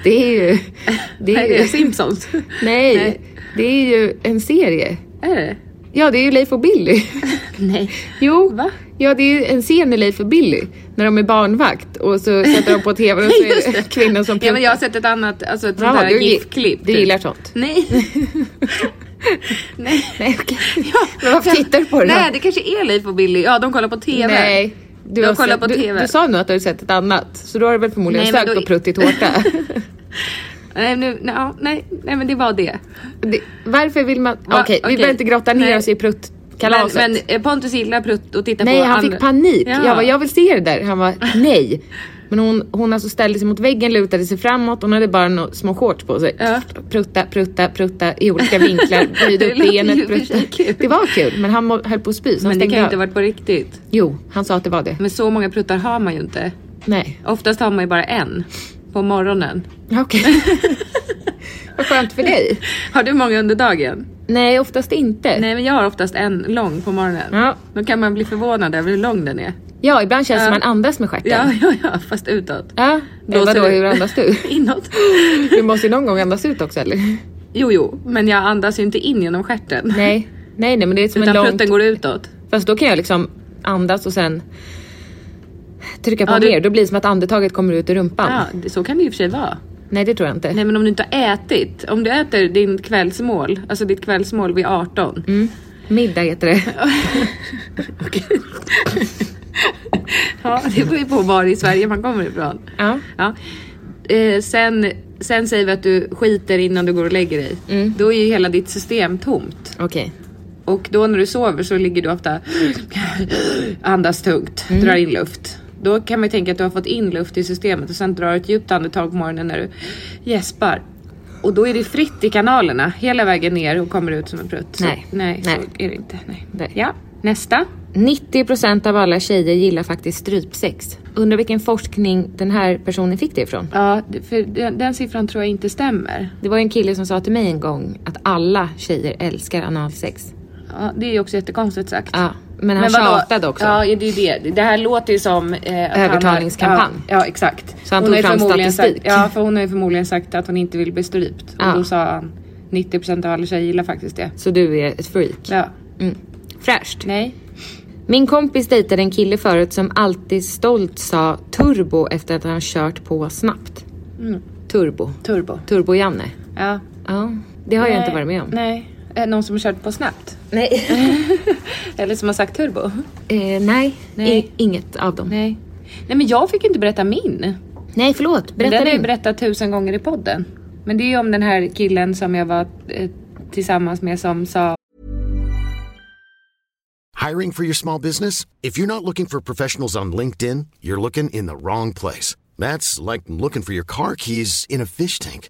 Speaker 2: Det är ju... Det
Speaker 1: Är
Speaker 2: är
Speaker 1: det
Speaker 2: ju
Speaker 1: Simpsons?
Speaker 2: nej,
Speaker 1: Nej.
Speaker 2: det är ju en serie.
Speaker 1: Är det?
Speaker 2: Ja, det är ju Leif och Billy.
Speaker 1: Nej.
Speaker 2: jo.
Speaker 1: Va?
Speaker 2: Ja, det är ju en scen i Leif och Billy. När de är barnvakt och så sätter de på tvn och så är det kvinnan som
Speaker 1: Ja men jag har sett ett annat, alltså ett sånt
Speaker 2: Bra,
Speaker 1: där
Speaker 2: du gi-
Speaker 1: GIF-klipp. typ.
Speaker 2: du gillar sånt.
Speaker 1: Nej. Nej.
Speaker 2: Nej, okej.
Speaker 1: Ja,
Speaker 2: Men varför
Speaker 1: ja.
Speaker 2: tittar du på det då?
Speaker 1: Nej det kanske är Leif och Billy, ja de kollar på TV.
Speaker 2: Nej. Du,
Speaker 1: De
Speaker 2: har
Speaker 1: kollar
Speaker 2: sett,
Speaker 1: på TV.
Speaker 2: Du, du sa nu att du har sett ett annat, så då har du väl förmodligen
Speaker 1: Nej, men
Speaker 2: sökt
Speaker 1: då-
Speaker 2: på prutt i tårta.
Speaker 1: Nej, nu, nej, ja, nej, nej men det var det.
Speaker 2: Det- Varför vill man... Okej,
Speaker 1: Va-
Speaker 2: vi
Speaker 1: okej.
Speaker 2: behöver inte grotta ner
Speaker 1: Nej.
Speaker 2: oss i
Speaker 1: Men,
Speaker 2: pruttkalaset.
Speaker 1: men eh, Pontus gillar prutt och tittar
Speaker 2: Nej,
Speaker 1: på
Speaker 2: han
Speaker 1: andra-
Speaker 2: fick panik.
Speaker 1: Ja.
Speaker 2: Jag bara, jag vill se det där. Han var nej. Men hon, hon alltså ställde sig mot väggen, lutade sig framåt. Hon hade bara några små shorts på sig.
Speaker 1: Ja.
Speaker 2: Prutta, prutta, prutta i olika vinklar. Böjde
Speaker 1: Det
Speaker 2: upp
Speaker 1: låter ju i
Speaker 2: benet,
Speaker 1: och för
Speaker 2: prutta.
Speaker 1: sig kul.
Speaker 2: Det var kul, men han må- höll på att spy. så han
Speaker 1: Men det
Speaker 2: stängde
Speaker 1: kan ju inte
Speaker 2: av.
Speaker 1: ha varit på riktigt.
Speaker 2: Jo, han sa att det var det.
Speaker 1: Men så många pruttar har man ju inte.
Speaker 2: Nej.
Speaker 1: Oftast har man ju bara en. På morgonen.
Speaker 2: Ja, Okej. Vad skönt för dig.
Speaker 1: Har du många under dagen?
Speaker 2: Nej, oftast inte.
Speaker 1: Nej men jag har oftast en lång på morgonen.
Speaker 2: Ja.
Speaker 1: Då kan man bli förvånad över hur lång den är.
Speaker 2: Ja, ibland känns det
Speaker 1: Ja.
Speaker 2: som man andas med stjärten.
Speaker 1: Ja, ja, ja, fast utåt.
Speaker 2: Ja,
Speaker 1: Då
Speaker 2: Eh, vadå,
Speaker 1: ser du-
Speaker 2: hur andas du?
Speaker 1: Inåt.
Speaker 2: Du måste ju någon gång andas ut också, eller?
Speaker 1: Jo, jo, men jag andas ju inte in genom stjärten.
Speaker 2: Nej, nej, nej men det är som
Speaker 1: Utan
Speaker 2: en lång...
Speaker 1: prutten går utåt.
Speaker 2: Fast då kan jag liksom andas och sen trycka på
Speaker 1: Ja, du-
Speaker 2: mer. Då blir det som att andetaget kommer ut ur rumpan.
Speaker 1: Ja, det- så kan det ju i och för sig vara.
Speaker 2: Nej, det tror jag inte.
Speaker 1: Nej men om du inte har ätit. Om du äter din kvällsmål, alltså ditt kvällsmål vid 18.
Speaker 2: Middag heter det.
Speaker 1: Ja, det beror ju på var i Sverige man kommer ifrån.
Speaker 2: Ja.
Speaker 1: Ja. Eh, sen, sen säger vi att du skiter innan du går och lägger dig. Då är ju hela ditt system tomt.
Speaker 2: Okej.
Speaker 1: Och då när du sover så ligger du ofta andas tungt,
Speaker 2: Mm.
Speaker 1: drar in luft. Då kan man ju tänka att du har fått in luft i systemet och sen drar du ett djupt andetag på morgonen när du gäspar. Och då är det fritt i kanalerna hela vägen ner och kommer ut som en prutt. Så-
Speaker 2: Nej.
Speaker 1: nej,
Speaker 2: Nej.
Speaker 1: så är det inte. Nej.
Speaker 2: Nej.
Speaker 1: Ja, nästa.
Speaker 2: 90% av alla tjejer gillar faktiskt strypsex. Undrar vilken forskning den här personen fick det ifrån.
Speaker 1: Ja, det- för den, den siffran tror jag inte stämmer.
Speaker 2: Det var ju en kille som sa till mig en gång att alla tjejer älskar analsex.
Speaker 1: Ja, det är ju också jättekonstigt sagt.
Speaker 2: Ja, men han
Speaker 1: vadå?
Speaker 2: tjatade också.
Speaker 1: Ja, det är det. Det här låter ju som... Eh, att han har-
Speaker 2: Övertalningskampanj.
Speaker 1: Ja, ja, exakt.
Speaker 2: Så han
Speaker 1: Hon
Speaker 2: tog
Speaker 1: har ju
Speaker 2: fram
Speaker 1: förmodligen
Speaker 2: statistik.
Speaker 1: Sagt, ja, för hon har ju förmodligen sagt att hon inte vill bli strypt.
Speaker 2: Ja.
Speaker 1: Och då sa han 90% av alla tjejer gillar faktiskt det.
Speaker 2: Så du är ett freak.
Speaker 1: Ja.
Speaker 2: Mm. Fräscht.
Speaker 1: Nej.
Speaker 2: Min kompis dejtade en kille förut som alltid stolt sa turbo efter att han kört på snabbt.
Speaker 1: Mm.
Speaker 2: Turbo.
Speaker 1: Turbo.
Speaker 2: Turbo-Janne.
Speaker 1: Ja.
Speaker 2: Ja, det har jag inte
Speaker 1: Nej,
Speaker 2: varit med om.
Speaker 1: Nej. Eh, Någon som har kört på snabbt?
Speaker 2: Nej.
Speaker 1: Eller som har sagt turbo?
Speaker 2: eh, nej,
Speaker 1: Nej.
Speaker 2: I, inget av dem. Nej,
Speaker 1: Nej. Nej men jag fick ju inte berätta min.
Speaker 2: förlåt.
Speaker 1: Den
Speaker 2: Berätta
Speaker 1: har jag ju
Speaker 2: din.
Speaker 1: berättat tusen gånger i podden. Men det är ju om den här killen som jag var eh, tillsammans med som sa
Speaker 3: Hiring for your small business? If you're not looking for professionals on LinkedIn, you're looking in the wrong place. That's like looking for your car keys in a fish tank.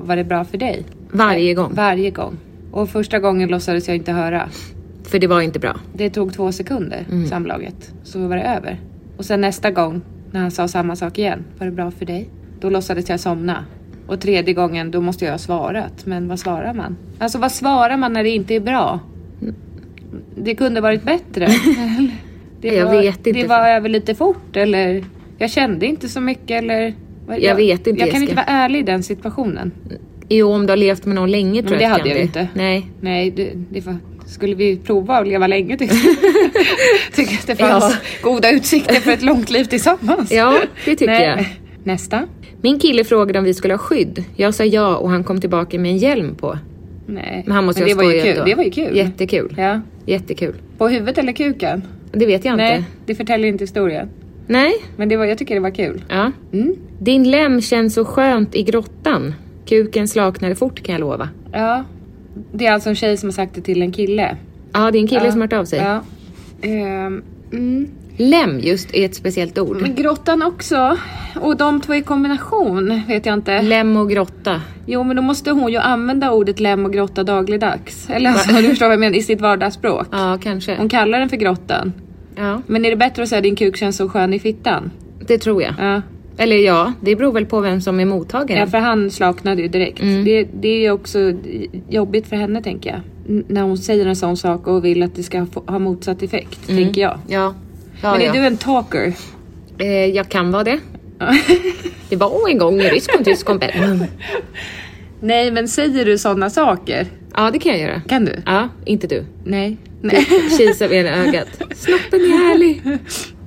Speaker 1: Var det bra för dig?
Speaker 2: Varje gång.
Speaker 1: Varje gång. Och första gången låtsades jag inte höra.
Speaker 2: För det var inte bra.
Speaker 1: Det tog två sekunder,
Speaker 2: Mm.
Speaker 1: samlaget. Så var det över. Och sen nästa gång, när han sa samma sak igen. Var det bra för dig? Då låtsades jag somna. Och tredje gången, då måste jag ha svarat. Men vad svarar man? Alltså vad svarar man när det inte är bra? Det kunde varit bättre. eller? det
Speaker 2: Jag
Speaker 1: var,
Speaker 2: vet inte.
Speaker 1: Det var över lite fort eller? Jag kände inte så mycket eller? vad-
Speaker 2: Jag vet inte,
Speaker 1: Jag kan
Speaker 2: Jessica.
Speaker 1: inte vara ärlig i den situationen.
Speaker 2: Jo, om du har levt med någon länge tror
Speaker 1: Men det
Speaker 2: jag att
Speaker 1: hade
Speaker 2: kan
Speaker 1: jag
Speaker 2: det.
Speaker 1: ju inte.
Speaker 2: Nej.
Speaker 1: Nej, det, det var, skulle vi prova att leva länge tyckte jag. tycker att det fanns goda utsikter för ett långt liv tillsammans.
Speaker 2: Ja, det tycker
Speaker 1: Nej.
Speaker 2: jag.
Speaker 1: Nästa?
Speaker 2: Min kille frågade om vi skulle ha skydd. Jag sa ja och han kom tillbaka med en hjälm på.
Speaker 1: Nej.
Speaker 2: Men han måste
Speaker 1: Men
Speaker 2: ju
Speaker 1: det
Speaker 2: ha
Speaker 1: var ju
Speaker 2: skojat
Speaker 1: kul.
Speaker 2: då.
Speaker 1: Det var ju kul.
Speaker 2: Jättekul.
Speaker 1: Ja.
Speaker 2: Jättekul.
Speaker 1: På huvudet eller kuken?
Speaker 2: Det vet jag
Speaker 1: Nej,
Speaker 2: inte.
Speaker 1: det förtäljer inte historien.
Speaker 2: Nej.
Speaker 1: Men det var, jag tycker det var kul. Mm.
Speaker 2: Ja. Din lem känns så skönt i grottan. Kuken slaknade fort kan jag lova.
Speaker 1: Ja. Det är alltså en tjej som har sagt det till en kille.
Speaker 2: Ja, det är en kille som har hört av sig.
Speaker 1: Ja. Ehm, mm.
Speaker 2: Lem just är ett speciellt ord.
Speaker 1: Men grottan också. Och de två i kombination vet jag inte.
Speaker 2: Lem och grotta.
Speaker 1: Jo men då måste hon ju använda ordet lem och grotta dagligdags. Eller alltså, du förstår vad jag menar, i sitt vardagsspråk.
Speaker 2: Ja, kanske.
Speaker 1: Hon kallar den för grottan.
Speaker 2: Ja,
Speaker 1: Men är det bättre att säga din kuk känns så skön i fittan?
Speaker 2: det tror jag.
Speaker 1: Ja,
Speaker 2: Eller ja, det beror väl på vem som är mottagaren.
Speaker 1: ja för han slaknade ju direkt.
Speaker 2: Mm.
Speaker 1: Det, det är ju också jobbigt för henne tänker jag. N- när hon säger en sån sak och vill att det ska få, ha motsatt effekt, tänker jag.
Speaker 2: Ja. Mm. ja,
Speaker 1: men är
Speaker 2: ja.
Speaker 1: du en talker?
Speaker 2: Eh, jag kan vara det. det var en gång i rysk och tysk och
Speaker 1: Mm.
Speaker 2: bär.
Speaker 1: Nej men säger du såna saker?
Speaker 2: Ja, det kan jag göra.
Speaker 1: Kan du?
Speaker 2: Ja, inte du.
Speaker 1: Nej. Nej.
Speaker 2: Kisa med ena ögat. Snoppen är härlig.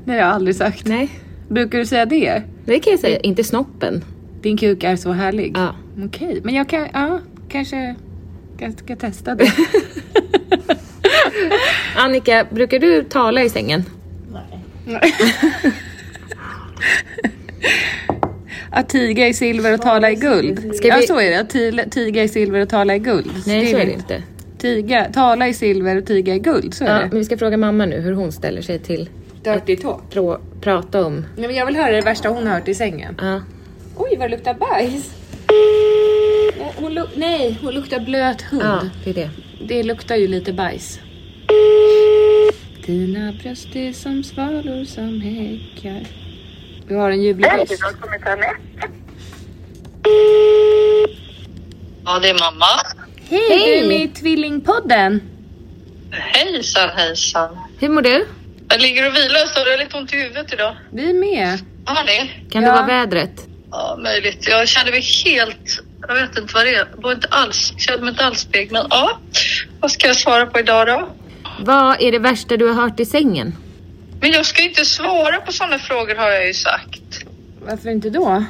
Speaker 1: det har jag aldrig sagt.
Speaker 2: Nej,
Speaker 1: Brukar du säga det?
Speaker 2: det kan jag säga. Inte snoppen.
Speaker 1: Din kuk är så härlig.
Speaker 2: Ja.
Speaker 1: Okej, men jag kan, ja, kanske jag ska testa det.
Speaker 2: Annika, brukar du tala i sängen?
Speaker 1: Att tiga i silver och tala i guld.
Speaker 2: Ska
Speaker 1: Ja
Speaker 2: vi-
Speaker 1: så är det, att ti- tiga i silver och tala i guld.
Speaker 2: Nej, så är det
Speaker 1: inte.
Speaker 2: inte.
Speaker 1: Tiga, tala i silver och tiga i guld, så är
Speaker 2: Ja,
Speaker 1: det.
Speaker 2: men vi ska fråga mamma nu hur hon ställer sig till
Speaker 1: Dirty talk.
Speaker 2: prå- prata om...
Speaker 1: Nej, men jag vill höra det värsta hon har hört i sängen.
Speaker 2: Ja.
Speaker 1: Oj, vad det luktar bajs. Nej, Hon luk- Nej, hon luktar blöt hund.
Speaker 2: ja, det är det.
Speaker 1: Det luktar ju lite bajs. Dina bröst är som svalor som häckar. Du har en ljuvlig röst.
Speaker 4: Ja, det är mamma.
Speaker 1: Hej, du är med i Tvillingpodden.
Speaker 4: Hejsan, hejsan.
Speaker 2: Hur mår du?
Speaker 4: Jag ligger och vilar så det är lite ont i huvudet idag.
Speaker 1: Vi är med.
Speaker 4: Har ni?
Speaker 2: Kan
Speaker 1: Ja.
Speaker 2: det vara vädret?
Speaker 4: Ja, möjligt. Jag kände mig helt... Jag vet inte vad det är. Jag var inte alls, kände mig inte alls pigg. Men ja, vad ska jag svara på idag då?
Speaker 2: Vad är det värsta du har hört i sängen?
Speaker 4: Men jag ska inte svara på sådana frågor har jag ju sagt.
Speaker 1: Varför inte då?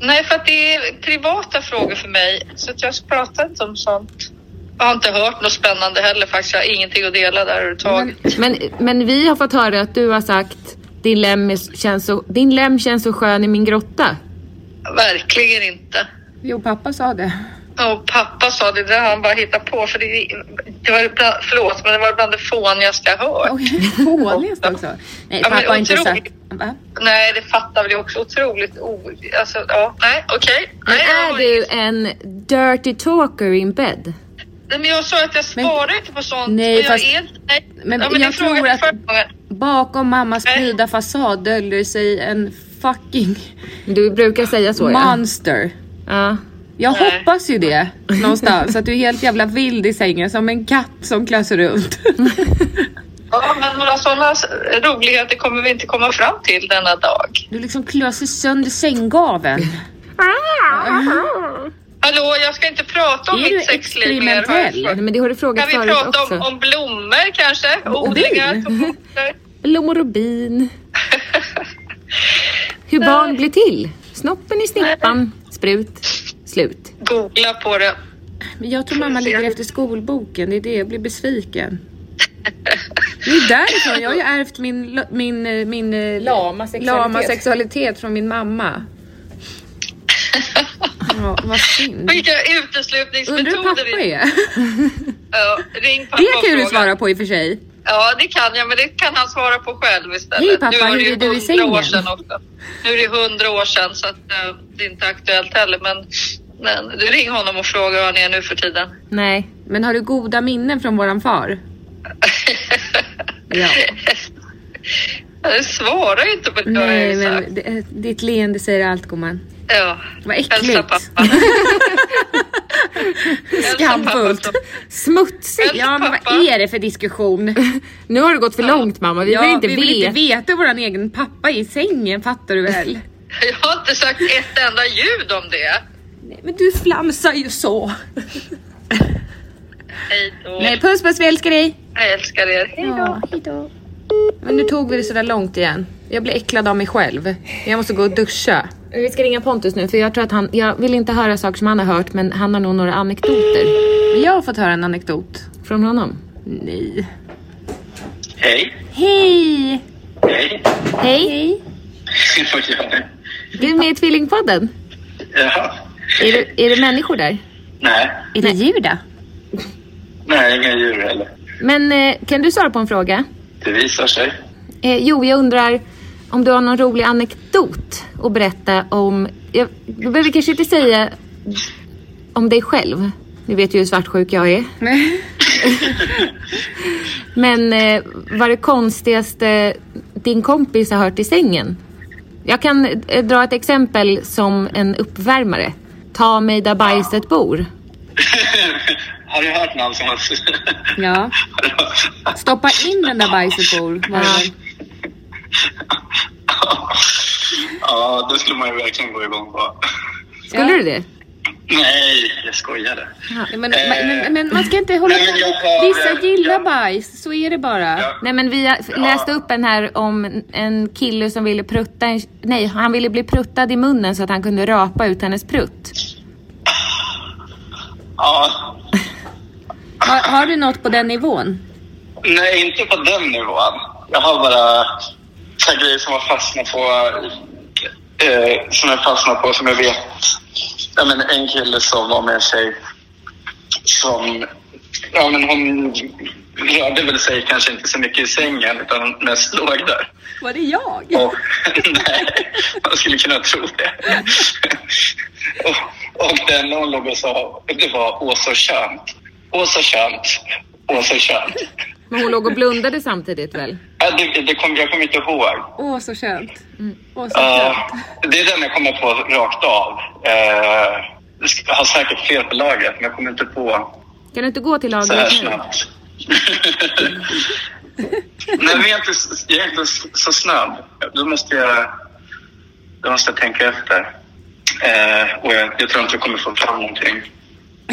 Speaker 4: Nej, för att det är privata frågor för mig. Så att jag pratar inte om sånt. Jag har inte hört något spännande heller faktiskt. Jag har ingenting att dela där överhuvudtaget.
Speaker 2: Men, men vi har fått höra att du har sagt din lem, är- känns så, din lem känns så skön i min grotta.
Speaker 4: Verkligen inte.
Speaker 1: Jo, pappa sa det.
Speaker 4: Ja, och pappa sa det där har han bara hittat på för det, det var bland, förlåt men det var bland det fånigaste jag hört.
Speaker 1: Fånigast också. Nej,
Speaker 4: Ja, men
Speaker 1: pappa har, inte
Speaker 4: otroligt.
Speaker 1: sagt, Va?
Speaker 5: Nej, det fattar väl jag också. Otroligt o... Alltså, ja. Nej, okej.
Speaker 2: Men
Speaker 5: Nej, jag
Speaker 2: är
Speaker 5: har-
Speaker 2: du en dirty talker in bed?
Speaker 5: Nej, men jag sa att jag sparar inte på sånt.
Speaker 1: Nej,
Speaker 5: och jag
Speaker 1: fast-
Speaker 5: är inte... Nej.
Speaker 1: Men
Speaker 5: ja, men
Speaker 1: jag
Speaker 5: det frågade
Speaker 1: tror
Speaker 5: jag
Speaker 1: att-
Speaker 5: förra gången.
Speaker 1: Bakom mammas prida fasad döljer sig en fucking
Speaker 2: Du brukar säga så Oh, ja.
Speaker 1: monster.
Speaker 2: ja.
Speaker 1: Jag
Speaker 5: Nej.
Speaker 1: hoppas ju det någonstans. Att du är helt jävla vild i sängen som en katt som klöser runt.
Speaker 5: Ja, men några sådana s- roligheter kommer vi inte komma fram till denna dag.
Speaker 1: Du liksom klöser sönder sänggaveln.
Speaker 5: Hallå, jag ska inte prata om
Speaker 1: Är du
Speaker 5: mitt sexliv mer. hör jag.
Speaker 1: experimentell?
Speaker 2: Men det har du frågat
Speaker 5: Kan vi
Speaker 2: förut
Speaker 5: prata
Speaker 2: också.
Speaker 5: om, om blommor kanske? Odlingar, tomater?
Speaker 2: Blommor och bin. Hur barn blir till. Snoppen i snippan. Sprut. Slut.
Speaker 5: Googla på det.
Speaker 1: Men jag tror mamma ligger efter skolboken. Det är det jag blir besviken. Det är därifrån. Jag har ju ärvt min, la- min, eh, min eh,
Speaker 6: Lama sexualitet.
Speaker 1: lama sexualitet från min mamma. Ja, vad synd.
Speaker 5: Vilka
Speaker 1: Undrar hur
Speaker 5: uteslutningsmetoder
Speaker 1: pappa
Speaker 5: vi...
Speaker 1: är.
Speaker 5: Ja, ring pappa
Speaker 1: Det kan
Speaker 5: och
Speaker 1: du
Speaker 5: fråga.
Speaker 1: svara på i och för sig.
Speaker 5: Ja, det kan jag, men det kan han svara på själv istället.
Speaker 1: Hej, pappa,
Speaker 5: nu var det
Speaker 1: hur
Speaker 5: ju
Speaker 1: är du i
Speaker 5: 100
Speaker 1: sängen?
Speaker 5: År sedan också. Nu är det hundra år sedan så att, eh, det är inte aktuellt heller. Men, men du ring honom och fråga hur han är nu för tiden.
Speaker 2: Nej.
Speaker 1: Men har du goda minnen från våran far? Ja.
Speaker 5: Jag svarar ju inte på det
Speaker 1: Nej,
Speaker 5: jag har sagt.
Speaker 1: men det- ditt leende säger allt gumman.
Speaker 5: Ja.
Speaker 1: Vad
Speaker 5: Hälsa
Speaker 1: äckligt.
Speaker 5: pappa.
Speaker 1: Skamfullt.
Speaker 5: pappa.
Speaker 2: Smutsigt.
Speaker 1: Ja, men
Speaker 5: pappa.
Speaker 1: vad är det för diskussion?
Speaker 2: Nu har det gått för långt mamma. Vi
Speaker 1: ja,
Speaker 2: vill inte
Speaker 1: vi
Speaker 2: veta.
Speaker 1: vill inte veta våran egen pappa i sängen, fattar du väl?
Speaker 5: Jag har inte sagt ett enda ljud om det.
Speaker 1: Nej, men du flamsar ju så.
Speaker 5: Hej då.
Speaker 1: Nej, puss puss, vi älskar dig.
Speaker 5: Jag älskar er. Hej då.
Speaker 1: Men nu tog vi det sådär långt igen. Jag blir äcklad av mig själv. Jag måste gå och duscha.
Speaker 2: Vi ska ringa Pontus nu för jag tror att han, jag vill inte höra saker som han har hört men han har nog några anekdoter
Speaker 1: Jag har fått höra en anekdot.
Speaker 2: från honom.
Speaker 1: Nej.
Speaker 7: Hej.
Speaker 1: Hej!
Speaker 7: Hej.
Speaker 2: Hej! Du är med i Tvillingpodden.
Speaker 7: Jaha.
Speaker 2: Är, du, är det människor där?
Speaker 7: Nej.
Speaker 1: Är det djur då?
Speaker 7: Nej, inga djur heller.
Speaker 2: Men eh, kan du svara på en fråga?
Speaker 7: Det visar sig.
Speaker 2: Eh, jo, jag undrar om du har någon rolig anekdot att berätta om... Jag, du behöver kanske inte säga om dig själv. Ni vet ju hur svartsjuk jag är. Men eh, vad det konstigaste din kompis har hört i sängen? Jag kan eh, dra ett exempel som en uppvärmare. Ta mig där bajset bor.
Speaker 7: har du hört någon som har...
Speaker 1: Ja. Stoppa in den där bajset bor. var det väl?
Speaker 7: ja, det skulle man ju verkligen gå igång på.
Speaker 2: Skulle
Speaker 1: Ja.
Speaker 2: du det?
Speaker 7: Nej, jag skojade.
Speaker 1: Men, men, men, men man ska inte hålla på.
Speaker 7: Nej, men jag har-
Speaker 1: Vissa gillar
Speaker 7: jag-
Speaker 1: bajs, så är det bara.
Speaker 7: Ja.
Speaker 2: Nej men vi har- läste upp en här om en kille som ville prutta en, Nej, han ville bli pruttad i munnen så att han kunde rapa ut hennes prutt.
Speaker 7: Ja.
Speaker 1: Har, har du något på den nivån?
Speaker 7: Nej, inte på den nivån. Jag har bara så här grejer som har fastnat på... Eh, som jag fastnat på, som jag vet. Ja, men en kille som var med en tjej som... Ja, men hon rörde väl sig kanske inte så mycket i sängen utan hon mest låg där.
Speaker 1: Var det jag?
Speaker 7: Och, nej, man skulle kunna tro det. och, och det enda hon låg och sa, det var åh så skönt. Åh så skönt. Åh så skönt.
Speaker 2: Men hon låg och blundade samtidigt väl?
Speaker 7: Ja, det, det kom, jag kommer inte ihåg.
Speaker 1: Åh, så skönt.
Speaker 2: Mm.
Speaker 1: Åh, så
Speaker 7: Eh,
Speaker 1: skönt.
Speaker 7: det är den jag kommer på rakt av. Eh, jag ska- har säkert fel på lagret, men jag kommer inte på
Speaker 2: Kan du inte gå till
Speaker 7: så här
Speaker 2: lagret nu?
Speaker 7: snabbt. Nej, men jag är inte, s- jag är inte s- så snabb. Då måste jag, då måste jag tänka efter. Eh, och jag, jag tror inte jag kommer få fram någonting.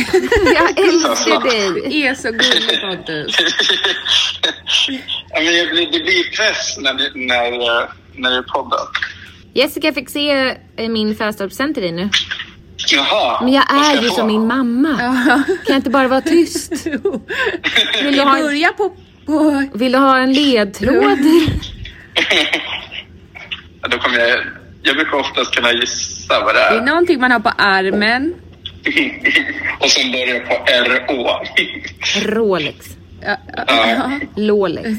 Speaker 2: Jag älskar dig!
Speaker 1: är så gullig Pontus.
Speaker 7: ja, men jag, blir- det blir press när, det- när, eh, när det är podden.
Speaker 2: Jessica fick se eh, min Färstorpscenter till dig nu.
Speaker 7: Jaha.
Speaker 2: Men jag
Speaker 7: vad ska
Speaker 2: är ju
Speaker 7: få?
Speaker 2: som min mamma. Kan jag inte bara vara tyst? Vill du ha en,
Speaker 1: Börja på, på...
Speaker 2: vill du ha en ledtråd?
Speaker 7: Ja, Då kommer jag, jag brukar oftast kunna gissa vad det
Speaker 1: Det är
Speaker 7: är.
Speaker 1: någonting man har på armen.
Speaker 7: och sen börjar jag på R-Å.
Speaker 2: Rolex.
Speaker 1: Ja, ja,
Speaker 7: Ja.
Speaker 2: Lolex.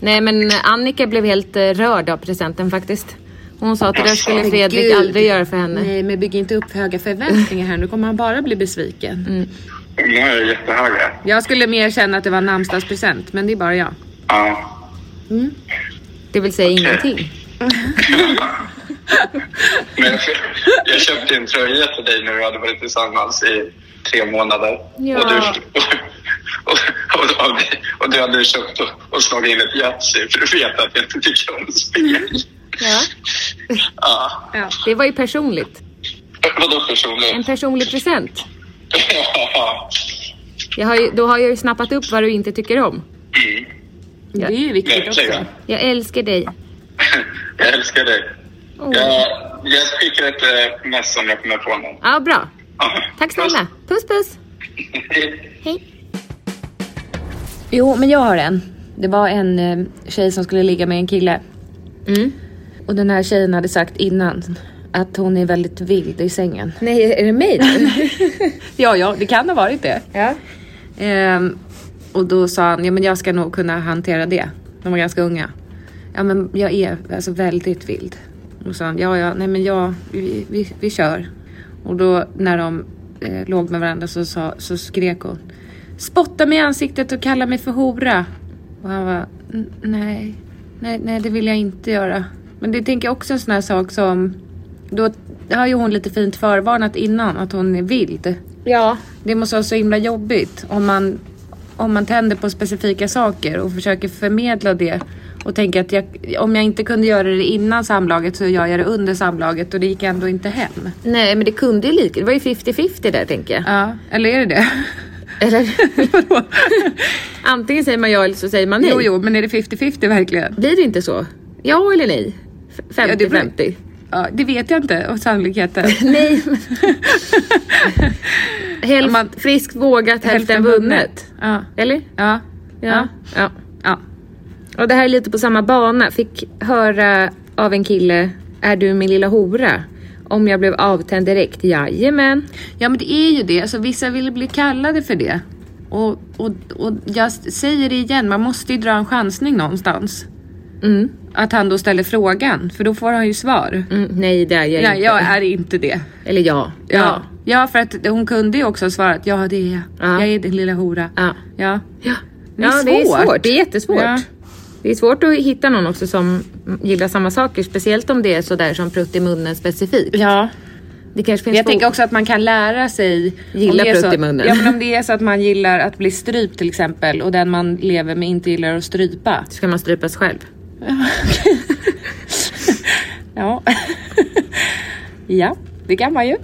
Speaker 2: Nej men Annika blev helt eh, rörd av presenten faktiskt. Hon sa att det där skulle Fredrik Alltså, Gud. aldrig göra för henne.
Speaker 1: Nej men bygg inte upp för höga förväntningar här. Nu kommer han bara bli besviken. Mm.
Speaker 7: Nu är jag jättehöga.
Speaker 1: Jag skulle mer känna att det var en namnsdagspresent men det är bara jag.
Speaker 7: Ja. Mm.
Speaker 2: Det vill säga okay. ingenting.
Speaker 7: men jag, jag köpte en tröja till dig när vi hade varit tillsammans i tre månader. Ja. Och, du, och, och, och, och du hade köpt och, och slagit in ett Yatzy för du vet att jag inte tycker om spel.
Speaker 2: Ja.
Speaker 7: ja.
Speaker 2: ja. Det var ju personligt.
Speaker 7: Vadå personligt?
Speaker 2: En personlig present.
Speaker 7: Ja.
Speaker 2: Jag har ju, då har jag ju snappat upp vad du inte tycker om.
Speaker 7: Mm.
Speaker 1: Jag, det är ju viktigt också.
Speaker 2: Jag älskar dig.
Speaker 7: jag älskar dig. Oh. Jag, jag skickar ett eh, mess om jag kommer på någon.
Speaker 2: Ja, bra. Aha. Tack snälla. Puss, puss. Hej.
Speaker 1: Jo, men jag har en. Det var en eh, tjej som skulle ligga med en kille.
Speaker 2: Mm.
Speaker 1: Och den här tjejen hade sagt innan att hon är väldigt vild i sängen.
Speaker 2: Nej, är det mig
Speaker 1: Ja, ja, det kan ha varit det.
Speaker 2: Ja.
Speaker 1: Ehm, och då sa han, ja men jag ska nog kunna hantera det. De var ganska unga. Ja men jag är alltså väldigt vild. Och sa han, ja ja, nej men jag, vi, vi, vi kör. Och då när de eh, låg med varandra så, sa, så skrek hon, spotta mig i ansiktet och kalla mig för hora. Och han var, nej, nej, nej det vill jag inte göra. Men det tänker jag också en sån här sak som, då har ju hon lite fint förvarnat innan att hon är vild.
Speaker 2: Ja.
Speaker 1: Det måste vara så himla jobbigt om man om man tänder på specifika saker och försöker förmedla det och tänker att jag, om jag inte kunde göra det innan samlaget så gör jag det under samlaget och det gick ändå inte hem.
Speaker 2: Nej, men det kunde ju lika Det var ju 50-50 där tänker jag.
Speaker 1: Ja, eller är det det?
Speaker 2: Eller? Vadå? Antingen säger man ja eller så säger man nej.
Speaker 1: Jo, jo, men är det 50-50 verkligen?
Speaker 2: Blir det inte så? Ja eller nej? 50-50? Ja, det, beror...
Speaker 1: ja, det vet jag inte, och sannolikheten.
Speaker 2: nej. Hälft, man, friskt vågat, hälften vunnet. vunnet.
Speaker 1: Ja.
Speaker 2: Eller?
Speaker 1: Ja.
Speaker 2: Ja.
Speaker 1: ja. ja.
Speaker 2: Och det här är lite på samma bana. Fick höra av en kille, är du min lilla hora? Om jag blev avtänd direkt? Jajamän.
Speaker 1: Ja men det är ju det, alltså, vissa vill bli kallade för det. Och, och, och jag säger det igen, man måste ju dra en chansning någonstans.
Speaker 2: Mm.
Speaker 1: Att han då ställer frågan, för då får han ju svar.
Speaker 2: Mm, nej, det är jag
Speaker 1: nej,
Speaker 2: inte.
Speaker 1: jag är inte det.
Speaker 2: Eller ja.
Speaker 1: ja. ja. Ja, för att hon kunde ju också ha svarat ja det är jag. Ja. Jag är din lilla hora.
Speaker 2: Ja.
Speaker 1: Ja,
Speaker 2: ja. Det, är ja, svårt. det är svårt. Det är jättesvårt. Ja. Det är svårt att hitta någon också som gillar samma saker. Speciellt om det är sådär som prutt i munnen specifikt.
Speaker 1: Ja.
Speaker 2: Det kanske finns
Speaker 1: jag tänker också att man kan lära sig...
Speaker 2: Gilla prutt i munnen.
Speaker 1: Ja, men om det är så att man gillar att bli strypt till exempel och den man lever med inte gillar att strypa.
Speaker 2: Så ska man strypas själv.
Speaker 1: ja. ja, det kan man ju.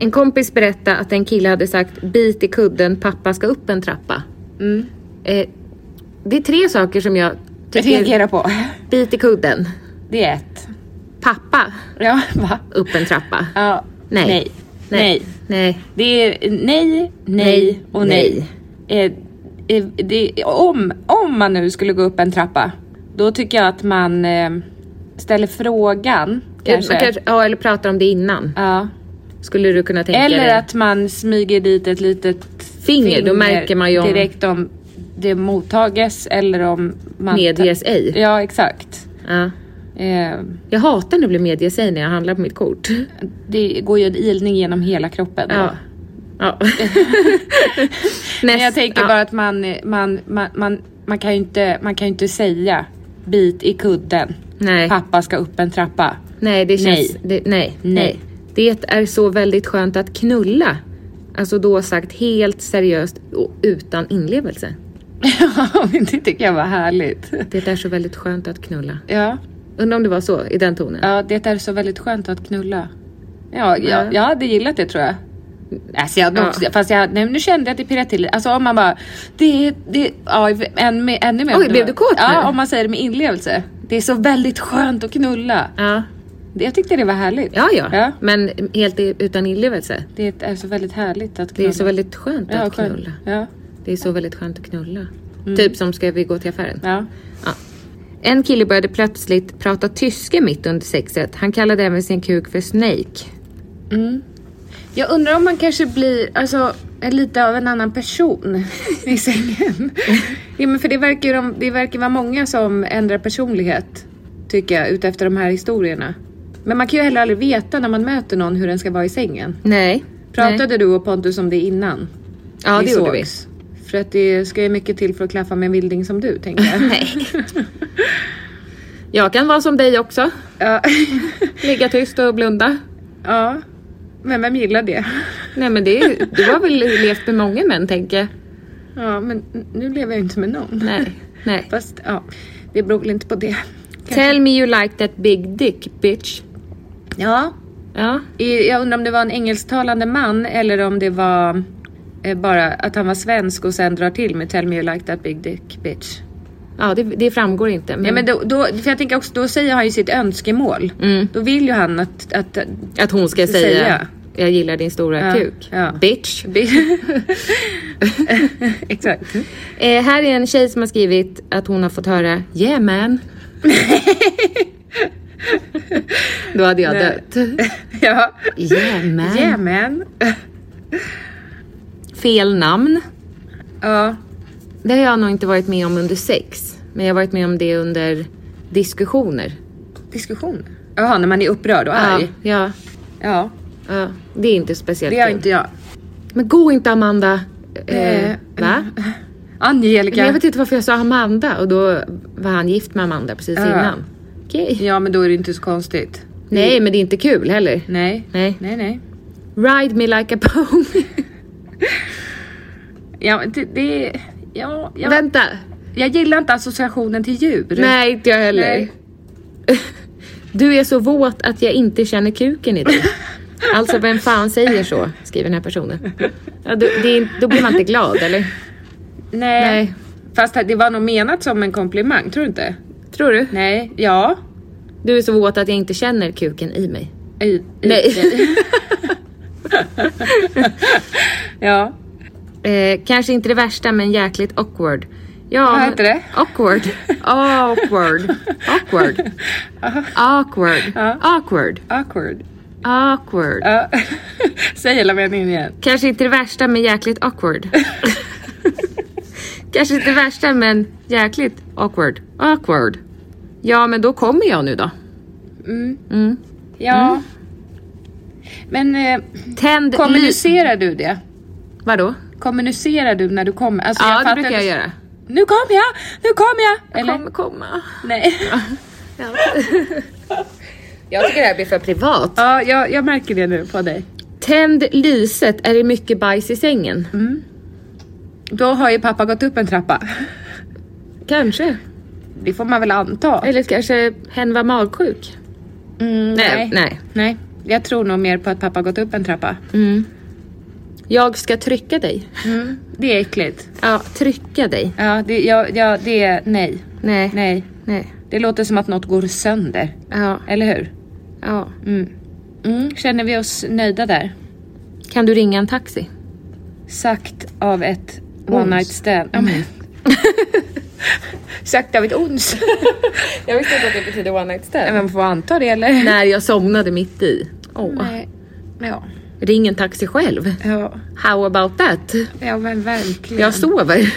Speaker 2: En kompis berättade att en kille hade sagt bit i kudden, pappa ska upp en trappa.
Speaker 1: Mm.
Speaker 2: Eh, det är tre saker som jag
Speaker 1: tycker... Reagerar på.
Speaker 2: Bit i kudden.
Speaker 1: Det är ett.
Speaker 2: Pappa.
Speaker 1: Ja, va?
Speaker 2: Upp en trappa.
Speaker 1: Ja.
Speaker 2: Nej.
Speaker 1: Nej.
Speaker 2: Nej.
Speaker 1: nej. Det är nej, nej och nej. nej. Eh, eh, det, om, om man nu skulle gå upp en trappa, då tycker jag att man eh, ställer frågan. Kanske.
Speaker 2: kanske. Ja, eller pratar om det innan.
Speaker 1: Ja.
Speaker 2: Skulle du kunna tänka
Speaker 1: Eller
Speaker 2: dig?
Speaker 1: att man smyger dit ett litet
Speaker 2: finger, finger. Då märker man ju om...
Speaker 1: direkt om det mottages eller om man...
Speaker 2: Medges ej.
Speaker 1: Ja, exakt.
Speaker 2: Ja.
Speaker 1: Eh,
Speaker 2: jag hatar när det blir medges ej när jag handlar på mitt kort.
Speaker 1: Det går ju en ilning genom hela kroppen.
Speaker 2: Ja. ja.
Speaker 1: Men jag tänker ja. bara att man, man, man, man, man kan ju inte, man kan inte säga bit i kudden.
Speaker 2: Nej.
Speaker 1: Pappa ska upp en trappa.
Speaker 2: Nej, det känns...
Speaker 1: Nej.
Speaker 2: Det, nej.
Speaker 1: nej. nej.
Speaker 2: Det är så väldigt skönt att knulla. Alltså då sagt helt seriöst och utan inlevelse.
Speaker 1: Ja, men det tycker jag var härligt.
Speaker 2: Det är så väldigt skönt att knulla.
Speaker 1: Ja.
Speaker 2: Undrar om det var så i den tonen?
Speaker 1: Ja, det är så väldigt skönt att knulla. Ja, ja. jag, jag hade gillat det tror jag. Alltså jag, ja. också, fast jag, nej, nu kände jag att det pirrade till Alltså om man bara, det, det, ja, än, ännu mer.
Speaker 2: Oj, blev du kåt
Speaker 1: Ja,
Speaker 2: nu?
Speaker 1: om man säger det med inlevelse. Det är så väldigt skönt att knulla.
Speaker 2: Ja.
Speaker 1: Jag tyckte det var härligt.
Speaker 2: Ja, ja, ja. men helt utan inlevelse.
Speaker 1: Det är så väldigt härligt att
Speaker 2: knulla. Det är så väldigt skönt
Speaker 1: ja,
Speaker 2: att knulla.
Speaker 1: Ja.
Speaker 2: Det är så väldigt skönt att knulla. Mm. Typ som ska vi gå till affären?
Speaker 1: Ja.
Speaker 2: ja. En kille började plötsligt prata tyska mitt under sexet. Han kallade även sin kuk för Snake.
Speaker 1: Mm. Jag undrar om man kanske blir alltså, lite av en annan person i sängen. ja, men för det verkar, de, det verkar vara många som ändrar personlighet, tycker jag, utefter de här historierna. Men man kan ju heller aldrig veta när man möter någon hur den ska vara i sängen.
Speaker 2: Nej.
Speaker 1: Pratade du och Pontus om det innan?
Speaker 2: Ja, det gjorde vi.
Speaker 1: För att det ska ju mycket till för att klaffa med en vilding som du, tänker jag.
Speaker 2: Nej. Jag kan vara som dig också.
Speaker 1: Ja.
Speaker 2: Ligga tyst och blunda.
Speaker 1: Ja, men vem gillar det?
Speaker 2: Nej men det, är- du har väl levt med många män tänker jag.
Speaker 1: Ja, men nu lever jag ju inte med någon.
Speaker 2: Nej, nej.
Speaker 1: Fast ja, det beror väl inte på det.
Speaker 2: Tell me you like that big dick bitch.
Speaker 1: Ja,
Speaker 2: Ja,
Speaker 1: i- jag undrar om det var en engelsktalande man eller om det var eh, bara att han var svensk och sen drar till med Tell me you like that big dick bitch.
Speaker 2: ja det, det framgår inte. Men,
Speaker 1: Ja, men då, då, för jag tänker också, då säger han ju sitt önskemål.
Speaker 2: Mm.
Speaker 1: Då vill ju han att... att, att
Speaker 2: att hon ska säga,
Speaker 1: Säga.
Speaker 2: jag gillar din stora
Speaker 1: Ja,
Speaker 2: kuk.
Speaker 1: ja.
Speaker 2: Bitch.
Speaker 1: exakt.
Speaker 2: Eh, här är en tjej som har skrivit att hon har fått höra Yeah man. Då hade jag dött.
Speaker 1: ja.
Speaker 2: Yeah man.
Speaker 1: Yeah man.
Speaker 2: Fel namn.
Speaker 1: Ja.
Speaker 2: Det har jag nog inte varit med om under sex. Men jag har varit med om det under diskussioner.
Speaker 1: Diskussion. Jaha, när man är upprörd och arg.
Speaker 2: Ja,
Speaker 1: Ja.
Speaker 2: ja, ja. Det är inte speciellt
Speaker 1: Det gör
Speaker 2: kul.
Speaker 1: inte jag.
Speaker 2: Men gå inte Amanda. Eh,
Speaker 1: Eh,
Speaker 2: va?
Speaker 1: Angelica.
Speaker 2: Men jag vet inte varför jag sa Amanda och då var han gift med Amanda precis
Speaker 1: Ja.
Speaker 2: innan. Okej.
Speaker 1: Ja, men då är det inte så konstigt.
Speaker 2: Nej, men det är inte kul heller.
Speaker 1: Nej.
Speaker 2: Nej.
Speaker 1: Nej, nej.
Speaker 2: Ride me like a pony.
Speaker 1: Ja, men det, det ja, jag,
Speaker 2: Vänta.
Speaker 1: jag gillar inte associationen till djur.
Speaker 2: Nej, inte jag heller.
Speaker 1: Nej.
Speaker 2: Du är så våt att jag inte känner kuken i dig. Alltså vem fan säger så? Skriver den här personen. Ja, då, det är, då blir man inte glad eller?
Speaker 1: nej.
Speaker 2: Nej.
Speaker 1: Fast det var nog menat som en komplimang, tror du inte?
Speaker 2: Tror du?
Speaker 1: Nej, ja.
Speaker 2: Du är så våt att jag inte känner kuken i mig.
Speaker 1: I, i,
Speaker 2: Nej.
Speaker 1: ja.
Speaker 2: Eh, kanske inte det värsta men jäkligt awkward. Ja,
Speaker 1: Vad
Speaker 2: men-
Speaker 1: heter det?
Speaker 2: Awkward. Awkward. Awkward. Awkward. Awkward.
Speaker 1: Awkward.
Speaker 2: Awkward.
Speaker 1: Ja. Säg hela meningen igen.
Speaker 2: Kanske inte det värsta men jäkligt awkward. Kanske inte det värsta men jäkligt awkward. Awkward. Ja men då kommer jag nu då.
Speaker 1: Ja.
Speaker 2: Mm.
Speaker 1: Men eh,
Speaker 2: Tänd lys.
Speaker 1: kommunicerar du det?
Speaker 2: Vadå?
Speaker 1: Kommunicerar du när du kommer? Alltså,
Speaker 2: Ja det
Speaker 1: fattar
Speaker 2: brukar
Speaker 1: att
Speaker 2: jag
Speaker 1: du-
Speaker 2: göra.
Speaker 1: Nu kommer jag! Nu kommer jag!
Speaker 2: Jag
Speaker 1: Eller?
Speaker 2: kommer komma.
Speaker 1: Nej.
Speaker 2: Jag tycker det här blir för privat.
Speaker 1: Ja, jag, jag märker det nu på dig.
Speaker 2: Tänd lyset. Är det mycket bajs i sängen?
Speaker 1: Då har ju pappa gått upp en trappa.
Speaker 2: Kanske.
Speaker 1: Det får man väl anta.
Speaker 2: Eller kanske hen var magsjuk?
Speaker 1: Mm,
Speaker 2: Nej. nej.
Speaker 1: Nej. Jag tror nog mer på att pappa gått upp en trappa.
Speaker 2: Jag ska trycka dig.
Speaker 1: Det är äckligt.
Speaker 2: Ja, trycka dig.
Speaker 1: Ja, det, ja, ja, det är nej.
Speaker 2: Nej.
Speaker 1: Nej.
Speaker 2: Nej.
Speaker 1: Det låter som att något går sönder.
Speaker 2: Ja.
Speaker 1: Eller hur?
Speaker 2: ja.
Speaker 1: Mm. Känner vi oss nöjda där?
Speaker 2: Kan du ringa en taxi?
Speaker 1: Sagt av ett one night stand. Ja, men. Sagt av ett ons.
Speaker 2: Jag visste inte att det betyder one night
Speaker 1: Nej,
Speaker 2: stand.
Speaker 1: men man får anta det eller?
Speaker 2: När jag somnade mitt i. Åh.
Speaker 1: Nej. Ja.
Speaker 2: Ring en taxi själv.
Speaker 1: Ja.
Speaker 2: How about that?
Speaker 1: ja, men verkligen.
Speaker 2: Jag sover.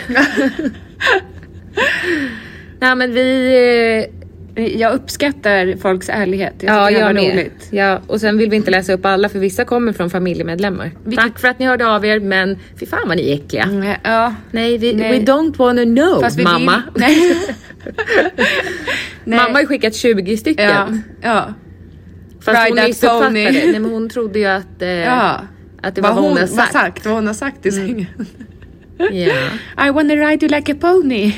Speaker 2: Nej men vi... eh,
Speaker 1: Jag uppskattar folks ärlighet. Jag
Speaker 2: Ja,
Speaker 1: tycker det här
Speaker 2: jag
Speaker 1: var
Speaker 2: med.
Speaker 1: roligt.
Speaker 2: Ja, och sen vill vi inte läsa upp alla för vissa kommer från familjemedlemmar. Tack för att ni hörde av er men fy fan vad ni är äckliga.
Speaker 1: Nej, Ja,
Speaker 2: Nej, vi,
Speaker 1: Nej.
Speaker 2: we don't wanna know
Speaker 1: fast vi
Speaker 2: mamma.
Speaker 1: vill. Nej. Nej.
Speaker 2: Mamma har ju skickat 20 stycken.
Speaker 1: Ja, ja.
Speaker 2: Fast
Speaker 1: Ride
Speaker 2: hon
Speaker 1: that
Speaker 2: missuppfattade.
Speaker 1: pony.
Speaker 2: Nej, men hon trodde ju att, eh,
Speaker 1: ja.
Speaker 2: att det var vad hon hade sagt. Mm.
Speaker 1: vad hon har sagt i sängen.
Speaker 2: Ja.
Speaker 1: I wanna ride you like a pony.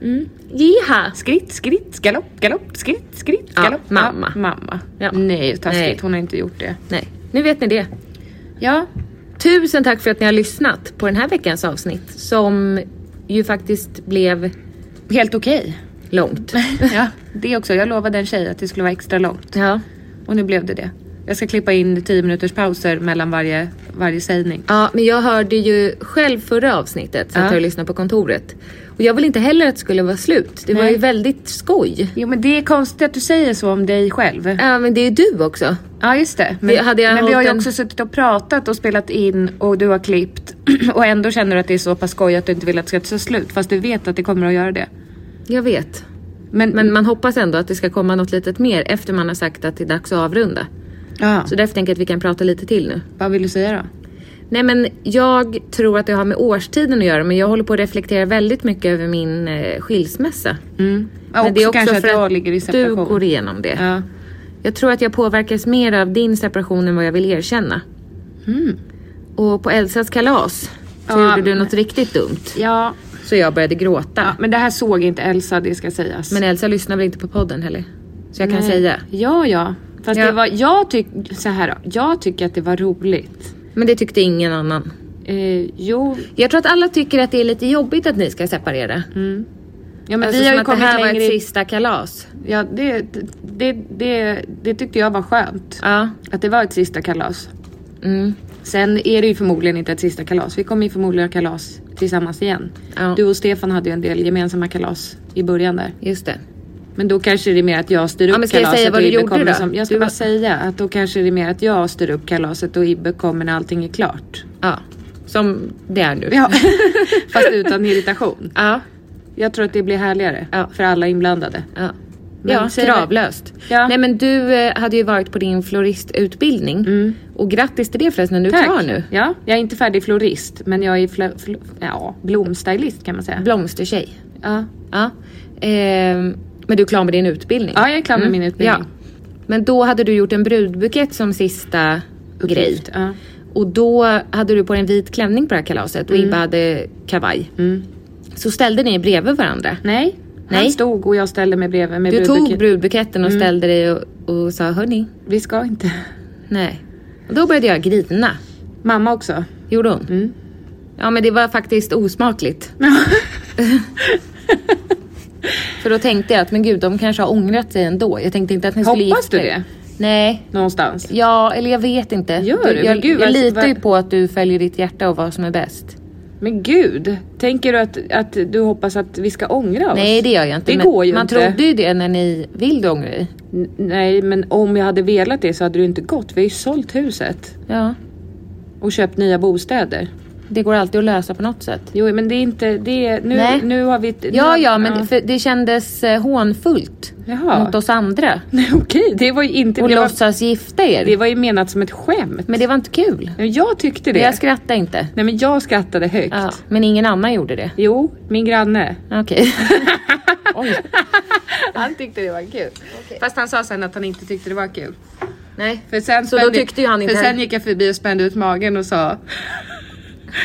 Speaker 2: Mm. Jiha!
Speaker 1: Skritt, skritt, galopp, galopp, skritt, skritt,
Speaker 2: Ja,
Speaker 1: galopp.
Speaker 2: mamma.
Speaker 1: mamma.
Speaker 2: Ja.
Speaker 1: Nej, taskigt.
Speaker 2: Nej.
Speaker 1: Hon har inte gjort det.
Speaker 2: Nej, nu vet ni det.
Speaker 1: Ja,
Speaker 2: Tusen tack för att ni har lyssnat på den här veckans avsnitt som ju faktiskt blev
Speaker 1: helt okej.
Speaker 2: långt.
Speaker 1: ja, det också. Jag lovade en tjej att det skulle vara extra långt.
Speaker 2: Ja.
Speaker 1: Och nu blev det det. Jag ska klippa in 10 minuters pauser mellan varje, varje sägning.
Speaker 2: ja, men jag hörde ju själv förra avsnittet, så
Speaker 1: Ja.
Speaker 2: att jag lyssnade på kontoret. Och jag vill inte heller att det skulle vara slut. Det
Speaker 1: Nej.
Speaker 2: var ju väldigt skoj.
Speaker 1: Jo men det är konstigt att du säger så om dig själv.
Speaker 2: Ja men det är ju du också.
Speaker 1: Ja just det.
Speaker 2: Vi- hade jag
Speaker 1: men vi har ju
Speaker 2: hållit en-
Speaker 1: också suttit och pratat och spelat in och du har klippt. Och ändå känner du att det är så pass skoj att du inte vill att det ska ta slut. Fast du vet att det kommer att göra det.
Speaker 2: Jag vet.
Speaker 1: Men,
Speaker 2: Men man hoppas ändå att det ska komma något litet mer efter man har sagt att det är dags att avrunda.
Speaker 1: ja.
Speaker 2: Så därför tänker jag att vi kan prata lite till nu.
Speaker 1: vad vill du säga då?
Speaker 2: Nej men jag tror att det har med årstiden att göra men jag håller på att reflektera väldigt mycket över min eh, skilsmässa.
Speaker 1: Mm. Ja,
Speaker 2: men det är också
Speaker 1: kanske
Speaker 2: för
Speaker 1: att jag
Speaker 2: att
Speaker 1: ligger i
Speaker 2: du
Speaker 1: separation.
Speaker 2: går igenom det.
Speaker 1: Ja.
Speaker 2: Jag tror att jag påverkas mer av din separation än vad jag vill erkänna. Och på Elsas kalas så
Speaker 1: Mm. Ja,
Speaker 2: gjorde du
Speaker 1: men-
Speaker 2: något riktigt dumt.
Speaker 1: Ja.
Speaker 2: Så jag började gråta.
Speaker 1: ja, men det här såg inte Elsa det ska sägas.
Speaker 2: Men Elsa lyssnar väl inte på podden heller? Så jag kan
Speaker 1: Nej.
Speaker 2: säga.
Speaker 1: Ja, ja. Fast
Speaker 2: Ja.
Speaker 1: det var, jag tycker, så här då. Jag tycker att det var roligt.
Speaker 2: Men det tyckte ingen annan.
Speaker 1: Eh, jo,
Speaker 2: Jag tror att alla tycker att det är lite jobbigt att ni ska separera.
Speaker 1: ja, men
Speaker 2: Alltså
Speaker 1: Mm. vi har
Speaker 2: som
Speaker 1: ju
Speaker 2: att det
Speaker 1: kommit
Speaker 2: här var
Speaker 1: längre
Speaker 2: ett
Speaker 1: i...
Speaker 2: sista kalas.
Speaker 1: Ja, det, det, det, det tyckte jag var skönt.
Speaker 2: Ja.
Speaker 1: Att det var ett sista kalas.
Speaker 2: Mm.
Speaker 1: Sen är det ju förmodligen inte ett sista kalas. Vi kommer ju förmodligen ha kalas tillsammans igen.
Speaker 2: Ja.
Speaker 1: Du och Stefan hade ju en del gemensamma kalas i början där.
Speaker 2: Just det.
Speaker 1: Men då kanske det är mer att jag styr upp
Speaker 2: Ja, men ska jag
Speaker 1: kalaset
Speaker 2: säga vad
Speaker 1: och
Speaker 2: du
Speaker 1: Ibbe
Speaker 2: gjorde
Speaker 1: kommer
Speaker 2: då?
Speaker 1: Som, jag ska
Speaker 2: Du
Speaker 1: bara
Speaker 2: var-
Speaker 1: säga att då kanske det är mer att jag styr upp kalaset och Ibbe kommer när allting är klart.
Speaker 2: Ja. Som det är nu.
Speaker 1: Ja. Fast utan irritation.
Speaker 2: Ja.
Speaker 1: Jag tror att det blir härligare
Speaker 2: Ja.
Speaker 1: för alla inblandade.
Speaker 2: Ja,
Speaker 1: Men
Speaker 2: ja
Speaker 1: säg-
Speaker 2: kravlöst.
Speaker 1: Ja.
Speaker 2: Nej men du eh, hade ju varit på din floristutbildning.
Speaker 1: Mm.
Speaker 2: Och grattis till det förresten, du är klar nu.
Speaker 1: Ja, jag är inte färdig florist men jag är fl- fl- ja, blomstylist kan man säga.
Speaker 2: Blomstertjej.
Speaker 1: ja.
Speaker 2: Ja. Ehm, men du är klar med din utbildning.
Speaker 1: ja, jag är klar med min utbildning.
Speaker 2: Mm. Ja. Men då hade du gjort en brudbukett som sista grej.
Speaker 1: Uppgift, ja.
Speaker 2: Och då hade du på dig en vit klänning på det här kalaset och
Speaker 1: Mm.
Speaker 2: Ibba hade kavaj. Så ställde ni er bredvid varandra.
Speaker 1: Nej, han
Speaker 2: Nej.
Speaker 1: stod och jag ställde mig bredvid med
Speaker 2: Du
Speaker 1: brudbuket. Mm.
Speaker 2: tog brudbuketten och ställde dig och, och sa hörni,
Speaker 1: Vi ska inte.
Speaker 2: nej. Och då började jag grina.
Speaker 1: Mamma också.
Speaker 2: Gjorde hon?
Speaker 1: Mm.
Speaker 2: Ja men det var faktiskt osmakligt. För då tänkte jag att men gud de kanske har ångrat sig ändå. Jag tänkte inte att ni skulle
Speaker 1: Hoppas
Speaker 2: gifta
Speaker 1: du
Speaker 2: er.
Speaker 1: det?
Speaker 2: Nej.
Speaker 1: Någonstans.
Speaker 2: Ja, eller jag vet inte.
Speaker 1: Gör du? Men
Speaker 2: Jag,
Speaker 1: gud, alltså,
Speaker 2: jag
Speaker 1: vad-
Speaker 2: litar ju
Speaker 1: vad-
Speaker 2: på att du följer ditt hjärta och vad som är bäst.
Speaker 1: Men gud, tänker du att, att du hoppas att vi ska ångra oss?
Speaker 2: Nej det gör jag inte.
Speaker 1: Det
Speaker 2: men
Speaker 1: går ju
Speaker 2: man
Speaker 1: inte.
Speaker 2: trodde ju det när ni vill ångra dig.
Speaker 1: N- Nej, men om jag hade velat det så hade du inte gått. Vi har ju sålt huset
Speaker 2: Ja.
Speaker 1: och köpt nya bostäder.
Speaker 2: Det går alltid att lösa på något sätt.
Speaker 1: Jo, men det är inte... Det är, nu,
Speaker 2: Nej.
Speaker 1: nu har vi... Nu,
Speaker 2: Ja, ja, men För det kändes eh, hånfullt
Speaker 1: Jaha.
Speaker 2: mot oss andra.
Speaker 1: Nej, Okej, det var ju inte...
Speaker 2: Och
Speaker 1: Det var,
Speaker 2: låtsas gifta er.
Speaker 1: det var ju menat som ett skämt.
Speaker 2: Men det var inte kul.
Speaker 1: Men jag tyckte det.
Speaker 2: Jag skrattade inte.
Speaker 1: Nej, men jag skrattade högt.
Speaker 2: Ja, men ingen annan gjorde det.
Speaker 1: Jo, min granne.
Speaker 2: Okej.
Speaker 1: Han tyckte det var kul. Fast han sa sen att han inte tyckte det var kul.
Speaker 2: Nej.
Speaker 1: För sen
Speaker 2: Så då
Speaker 1: spände-
Speaker 2: tyckte ju han inte
Speaker 1: För sen
Speaker 2: heller.
Speaker 1: gick jag förbi och spände ut magen och sa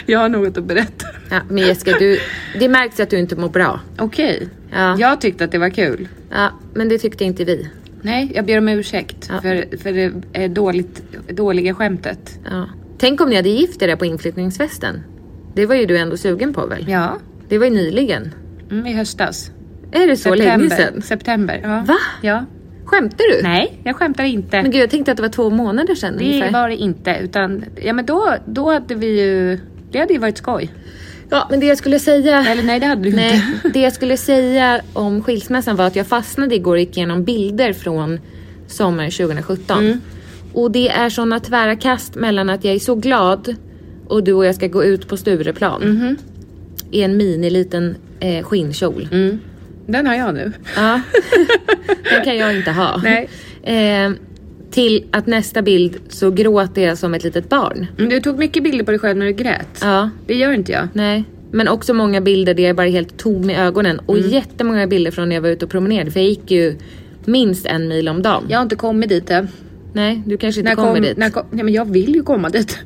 Speaker 1: Jag har något att berätta.
Speaker 2: Ja, men Jessica, du, det märks att du inte mår bra.
Speaker 1: Okej.
Speaker 2: Ja.
Speaker 1: Jag tyckte att det var kul.
Speaker 2: Ja, men det tyckte inte vi.
Speaker 1: Nej, jag ber om ursäkt
Speaker 2: Ja.
Speaker 1: för, för det eh, dåligt, dåliga skämtet.
Speaker 2: Ja. Tänk om ni hade gift er där på inflyttningsfesten. Det var ju du ändå sugen på väl?
Speaker 1: Ja,
Speaker 2: Det var ju nyligen.
Speaker 1: mm, i höstas.
Speaker 2: Är det så länge sedan?
Speaker 1: September. Ja.
Speaker 2: Va?
Speaker 1: Ja.
Speaker 2: Skämtar du?
Speaker 1: Nej, jag skämtar inte.
Speaker 2: Men gud, jag tänkte att det var två månader sedan
Speaker 1: det
Speaker 2: ungefär.
Speaker 1: var det inte. Utan, ja, men då, då hade vi ju... Det hade ju varit skoj.
Speaker 2: Ja, men det jag skulle säga...
Speaker 1: Eller nej, det hade du
Speaker 2: Nej,
Speaker 1: inte.
Speaker 2: det jag skulle säga om skilsmässan var att jag fastnade igår och gick igenom bilder från sommaren 2017.
Speaker 1: Mm.
Speaker 2: Och det är såna tvära kast mellan att jag är så glad och du och jag ska gå ut på Stureplan.
Speaker 1: Mm-hmm.
Speaker 2: I en miniliten eh, skinnkjol.
Speaker 1: Mm. Den har jag nu.
Speaker 2: Ja. Den kan jag inte ha.
Speaker 1: Nej.
Speaker 2: Eh, till att nästa bild så gråter jag som ett litet barn.
Speaker 1: Mm, Du tog mycket bilder på dig själv när du grät.
Speaker 2: Ja.
Speaker 1: Det gör inte jag.
Speaker 2: Nej. Men också många bilder där jag bara är helt tom i ögonen. Och
Speaker 1: Mm.
Speaker 2: jättemånga bilder från när jag var ute och promenerade. För jag gick ju minst en mil om dagen.
Speaker 1: Jag har inte kommit dit än.
Speaker 2: Nej, du kanske inte
Speaker 1: När
Speaker 2: kommer
Speaker 1: kom-
Speaker 2: dit.
Speaker 1: När kom, nej men jag vill ju komma dit.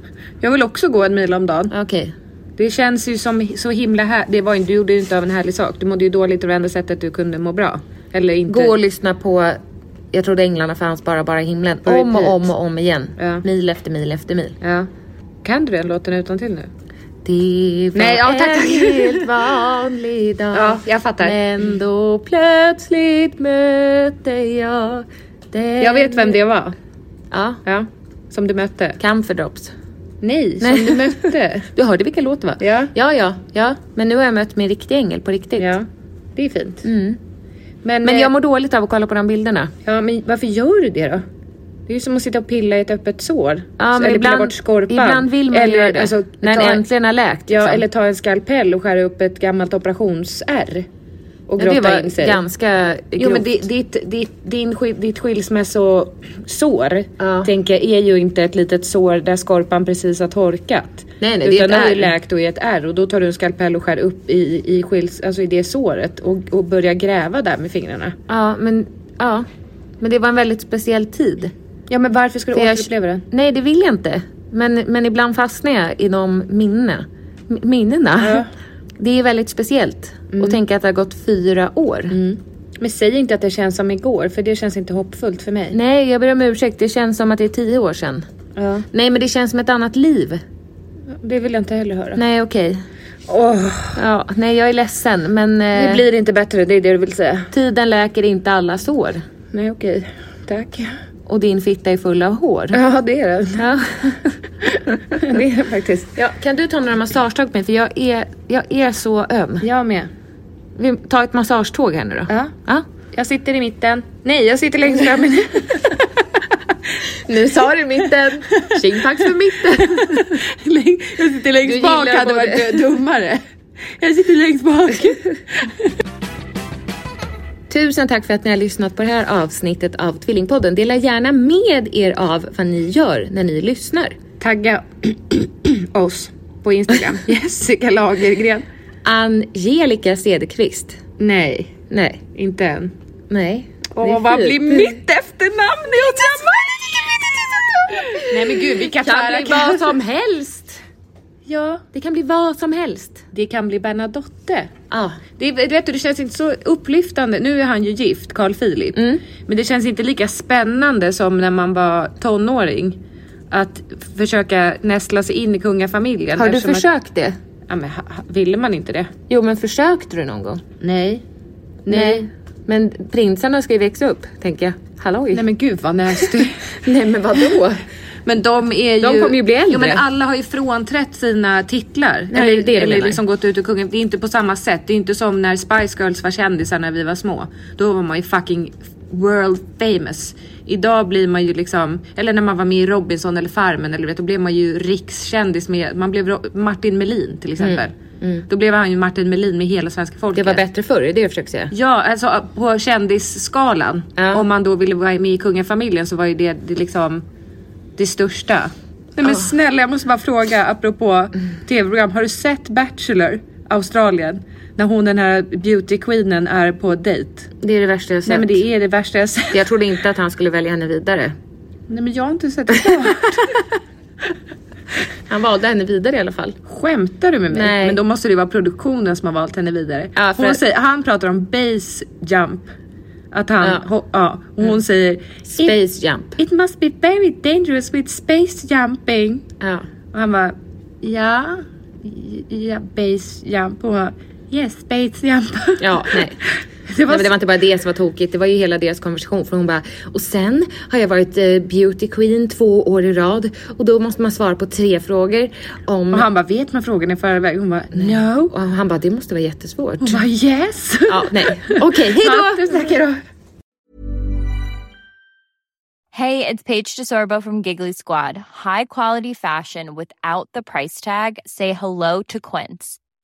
Speaker 1: Jag vill också gå en mil om dagen.
Speaker 2: Okej.
Speaker 1: Det känns ju som så himla här. Det var, ju- du gjorde ju inte av en härlig sak. Du mådde ju dåligt och det enda sättet du kunde må bra. Eller inte.
Speaker 2: Gå och lyssna på Jag trodde änglarna fanns bara, bara i himlen.
Speaker 1: På
Speaker 2: Om och
Speaker 1: repeat.
Speaker 2: om och om igen.
Speaker 1: Ja.
Speaker 2: Mil efter mil efter mil.
Speaker 1: Ja. Kan du den låten utan till nu?
Speaker 2: Eh, Det var
Speaker 1: Nej, ja, tack, tack.
Speaker 2: en helt vanlig dag.
Speaker 1: Ja, jag fattar. Mm.
Speaker 2: Men då plötsligt mötte jag den.
Speaker 1: Jag vet vem det var.
Speaker 2: Ja,
Speaker 1: Ja. Som du mötte.
Speaker 2: Camphor Drops.
Speaker 1: Nej, som du mötte. Du hörde vilka låt det var?
Speaker 2: Ja. ja, ja, ja. Men nu har jag mött min riktiga ängel på riktigt. Ja,
Speaker 1: det är fint. eh,
Speaker 2: Mm. Men, men jag mår dåligt av att kolla på de bilderna.
Speaker 1: Ja, men varför gör du det då? Det är ju som att sitta och pilla i ett öppet sår.
Speaker 2: Ja,
Speaker 1: eller
Speaker 2: ibland,
Speaker 1: pilla bort skorpan.
Speaker 2: Ibland vill man
Speaker 1: eller,
Speaker 2: göra det.
Speaker 1: Alltså,
Speaker 2: när
Speaker 1: ta
Speaker 2: den
Speaker 1: en-
Speaker 2: äntligen har läkt.
Speaker 1: Ja,
Speaker 2: liksom.
Speaker 1: eller ta en skalpell och skära upp ett gammalt operationsärr. Och
Speaker 2: ja, det
Speaker 1: grotta
Speaker 2: var
Speaker 1: in sig.
Speaker 2: ganska
Speaker 1: Jo men
Speaker 2: grovt.
Speaker 1: di- ditt, ditt, din, skil- ditt skilsmässosår
Speaker 2: Ja.
Speaker 1: tänker jag är ju inte ett litet sår där skorpan precis har torkat.
Speaker 2: Nej, nej, det är
Speaker 1: Utan
Speaker 2: ett
Speaker 1: har ju
Speaker 2: ärr.
Speaker 1: läkt och är ett ärr och då tar du en skalpell och skär upp i, i, skils, alltså i det såret och, och börjar gräva där med fingrarna.
Speaker 2: Ja, men, ja. men det var en väldigt speciell tid.
Speaker 1: Ja men varför ska du
Speaker 2: För jag-
Speaker 1: återuppleva den?
Speaker 2: Nej, det vill jag inte. Men, men ibland fastnar jag i de minnena. M- minnena.
Speaker 1: Ja. Mm.
Speaker 2: Det är väldigt speciellt att tänka att det har gått fyra år.
Speaker 1: Men säg inte att det känns som igår för det känns inte hoppfullt för mig.
Speaker 2: Nej, jag ber om ursäkt. Det känns som att det är tio år sedan.
Speaker 1: Ja,
Speaker 2: Nej, men det känns som ett annat liv.
Speaker 1: det vill jag inte heller höra.
Speaker 2: Nej, okej.
Speaker 1: Åh,
Speaker 2: Ja, nej, jag är ledsen, men
Speaker 1: det
Speaker 2: eh,
Speaker 1: blir inte bättre, det är det du vill säga.
Speaker 2: tiden läker inte alla sår.
Speaker 1: Nej okej, tack.
Speaker 2: Och din fitta är full av hår.
Speaker 1: Ja det är det.
Speaker 2: Mm. Ja.
Speaker 1: det är det faktiskt.
Speaker 2: Ja, kan du ta några massagetag på mig? För jag är, jag är så öm.
Speaker 1: Jag med.
Speaker 2: Vi tar ett massagetåg här nu då.
Speaker 1: Ja.
Speaker 2: ja.
Speaker 1: Jag sitter i mitten. Nej, jag sitter längst fram.
Speaker 2: Nu sa du mitten. Tjing pax för mitten.
Speaker 1: jag sitter längst
Speaker 2: Du
Speaker 1: bak
Speaker 2: gillar
Speaker 1: hade
Speaker 2: både-
Speaker 1: varit dummare. Jag sitter längst bak.
Speaker 2: Tusen tack för att ni har lyssnat på det här avsnittet av Tvillingpodden. Dela gärna med er av vad ni gör när ni lyssnar.
Speaker 1: Tagga oss på Instagram. Jessica Lagergren.
Speaker 2: Angelica Cederqvist.
Speaker 1: Nej,
Speaker 2: Nej.
Speaker 1: inte än.
Speaker 2: Nej. Det är
Speaker 1: Åh, vad
Speaker 2: fint.
Speaker 1: blir mitt efternamn? Jag Nej men gud, vi kan
Speaker 2: kan bli vad som helst.
Speaker 1: Ja,
Speaker 2: Det kan bli vad som helst. Ah.
Speaker 1: det kan bli Bernadotte.
Speaker 2: Ja.
Speaker 1: Det, är- du vet du, det känns inte så upplyftande. Nu är han ju gift, Carl Philip.
Speaker 2: Mm.
Speaker 1: Men det känns inte lika spännande som när man var tonåring. Att försöka nästla sig in i kungafamiljen.
Speaker 2: Har du
Speaker 1: eftersom
Speaker 2: försökt det?
Speaker 1: Att, ja, men, ha, ha- ville man inte det?
Speaker 2: Jo men försökte du någon gång?
Speaker 1: Nej. Nej.
Speaker 2: Nej. Men prinsarna ska ju växa upp, tänker jag. Halloj.
Speaker 1: Nej men gud vad nasty.
Speaker 2: Nej men vadå?
Speaker 1: men de är ju...
Speaker 2: De kommer ju bli äldre.
Speaker 1: Jo, men alla har ju frånträtt sina titlar.
Speaker 2: Nej, det är det jag
Speaker 1: eller
Speaker 2: menar.
Speaker 1: liksom gått ut ur kungen. Det är inte på samma sätt. Det är inte som när Spice Girls var kändisar när vi var små. Då var man ju fucking world famous. Idag blir man ju liksom, eller när man var med i Robinson eller Farmen eller du vet, då blev man ju rikskändis med, man blev Ro- Martin Melin till exempel. Då blev han ju Martin Melin med hela svenska
Speaker 2: Mm. Det
Speaker 1: folket.
Speaker 2: var bättre förr, det är det jag försöker säga.
Speaker 1: Ja, alltså på kändisskalan.
Speaker 2: Ja.
Speaker 1: Om man då ville vara med i kungafamiljen så var ju det, det liksom det största. Nej men snälla, jag måste bara fråga apropå tv-program. Har du sett Bachelor Australien? När hon den här beauty queenen är på dejt.
Speaker 2: Det är det värsta jag sett.
Speaker 1: Nej men det är det värsta jag sett.
Speaker 2: Jag trodde inte att han skulle välja henne vidare.
Speaker 1: Nej men jag har inte sett det klart.
Speaker 2: Han valde henne vidare i alla fall.
Speaker 1: Skämtar du med mig?
Speaker 2: Nej.
Speaker 1: Men då måste det vara produktionen som har valt henne vidare.
Speaker 2: Ja, för-
Speaker 1: hon säger, han pratar om base jump. Att han,
Speaker 2: Ja. Mm.
Speaker 1: ja. Ho, ja, och hon säger
Speaker 2: Space jump.
Speaker 1: It must be very dangerous with space jumping.
Speaker 2: Ja.
Speaker 1: Och han bara, ja, j- ja, base jump. Och hon bara, yes, space jump.
Speaker 2: Ja, nej.
Speaker 1: Det
Speaker 2: Nej,
Speaker 1: var,
Speaker 2: men det var inte bara det som var tokigt, det var ju hela deras konversation. För hon bara, och sen har jag varit eh, beauty queen två år i rad och då måste man svara på tre frågor om...
Speaker 1: och han bara, vet man frågan i förväg? Hon bara, no.
Speaker 2: och han bara, det måste vara jättesvårt.
Speaker 1: Hon bara, yes.
Speaker 2: Ja, nej. Okej, hej
Speaker 1: Ja,
Speaker 2: då!
Speaker 1: tusen tack, hejdå.
Speaker 8: Hey, it's Paige DeSorbo from Giggly Squad. High quality fashion without the price tag. Say hello to Quince.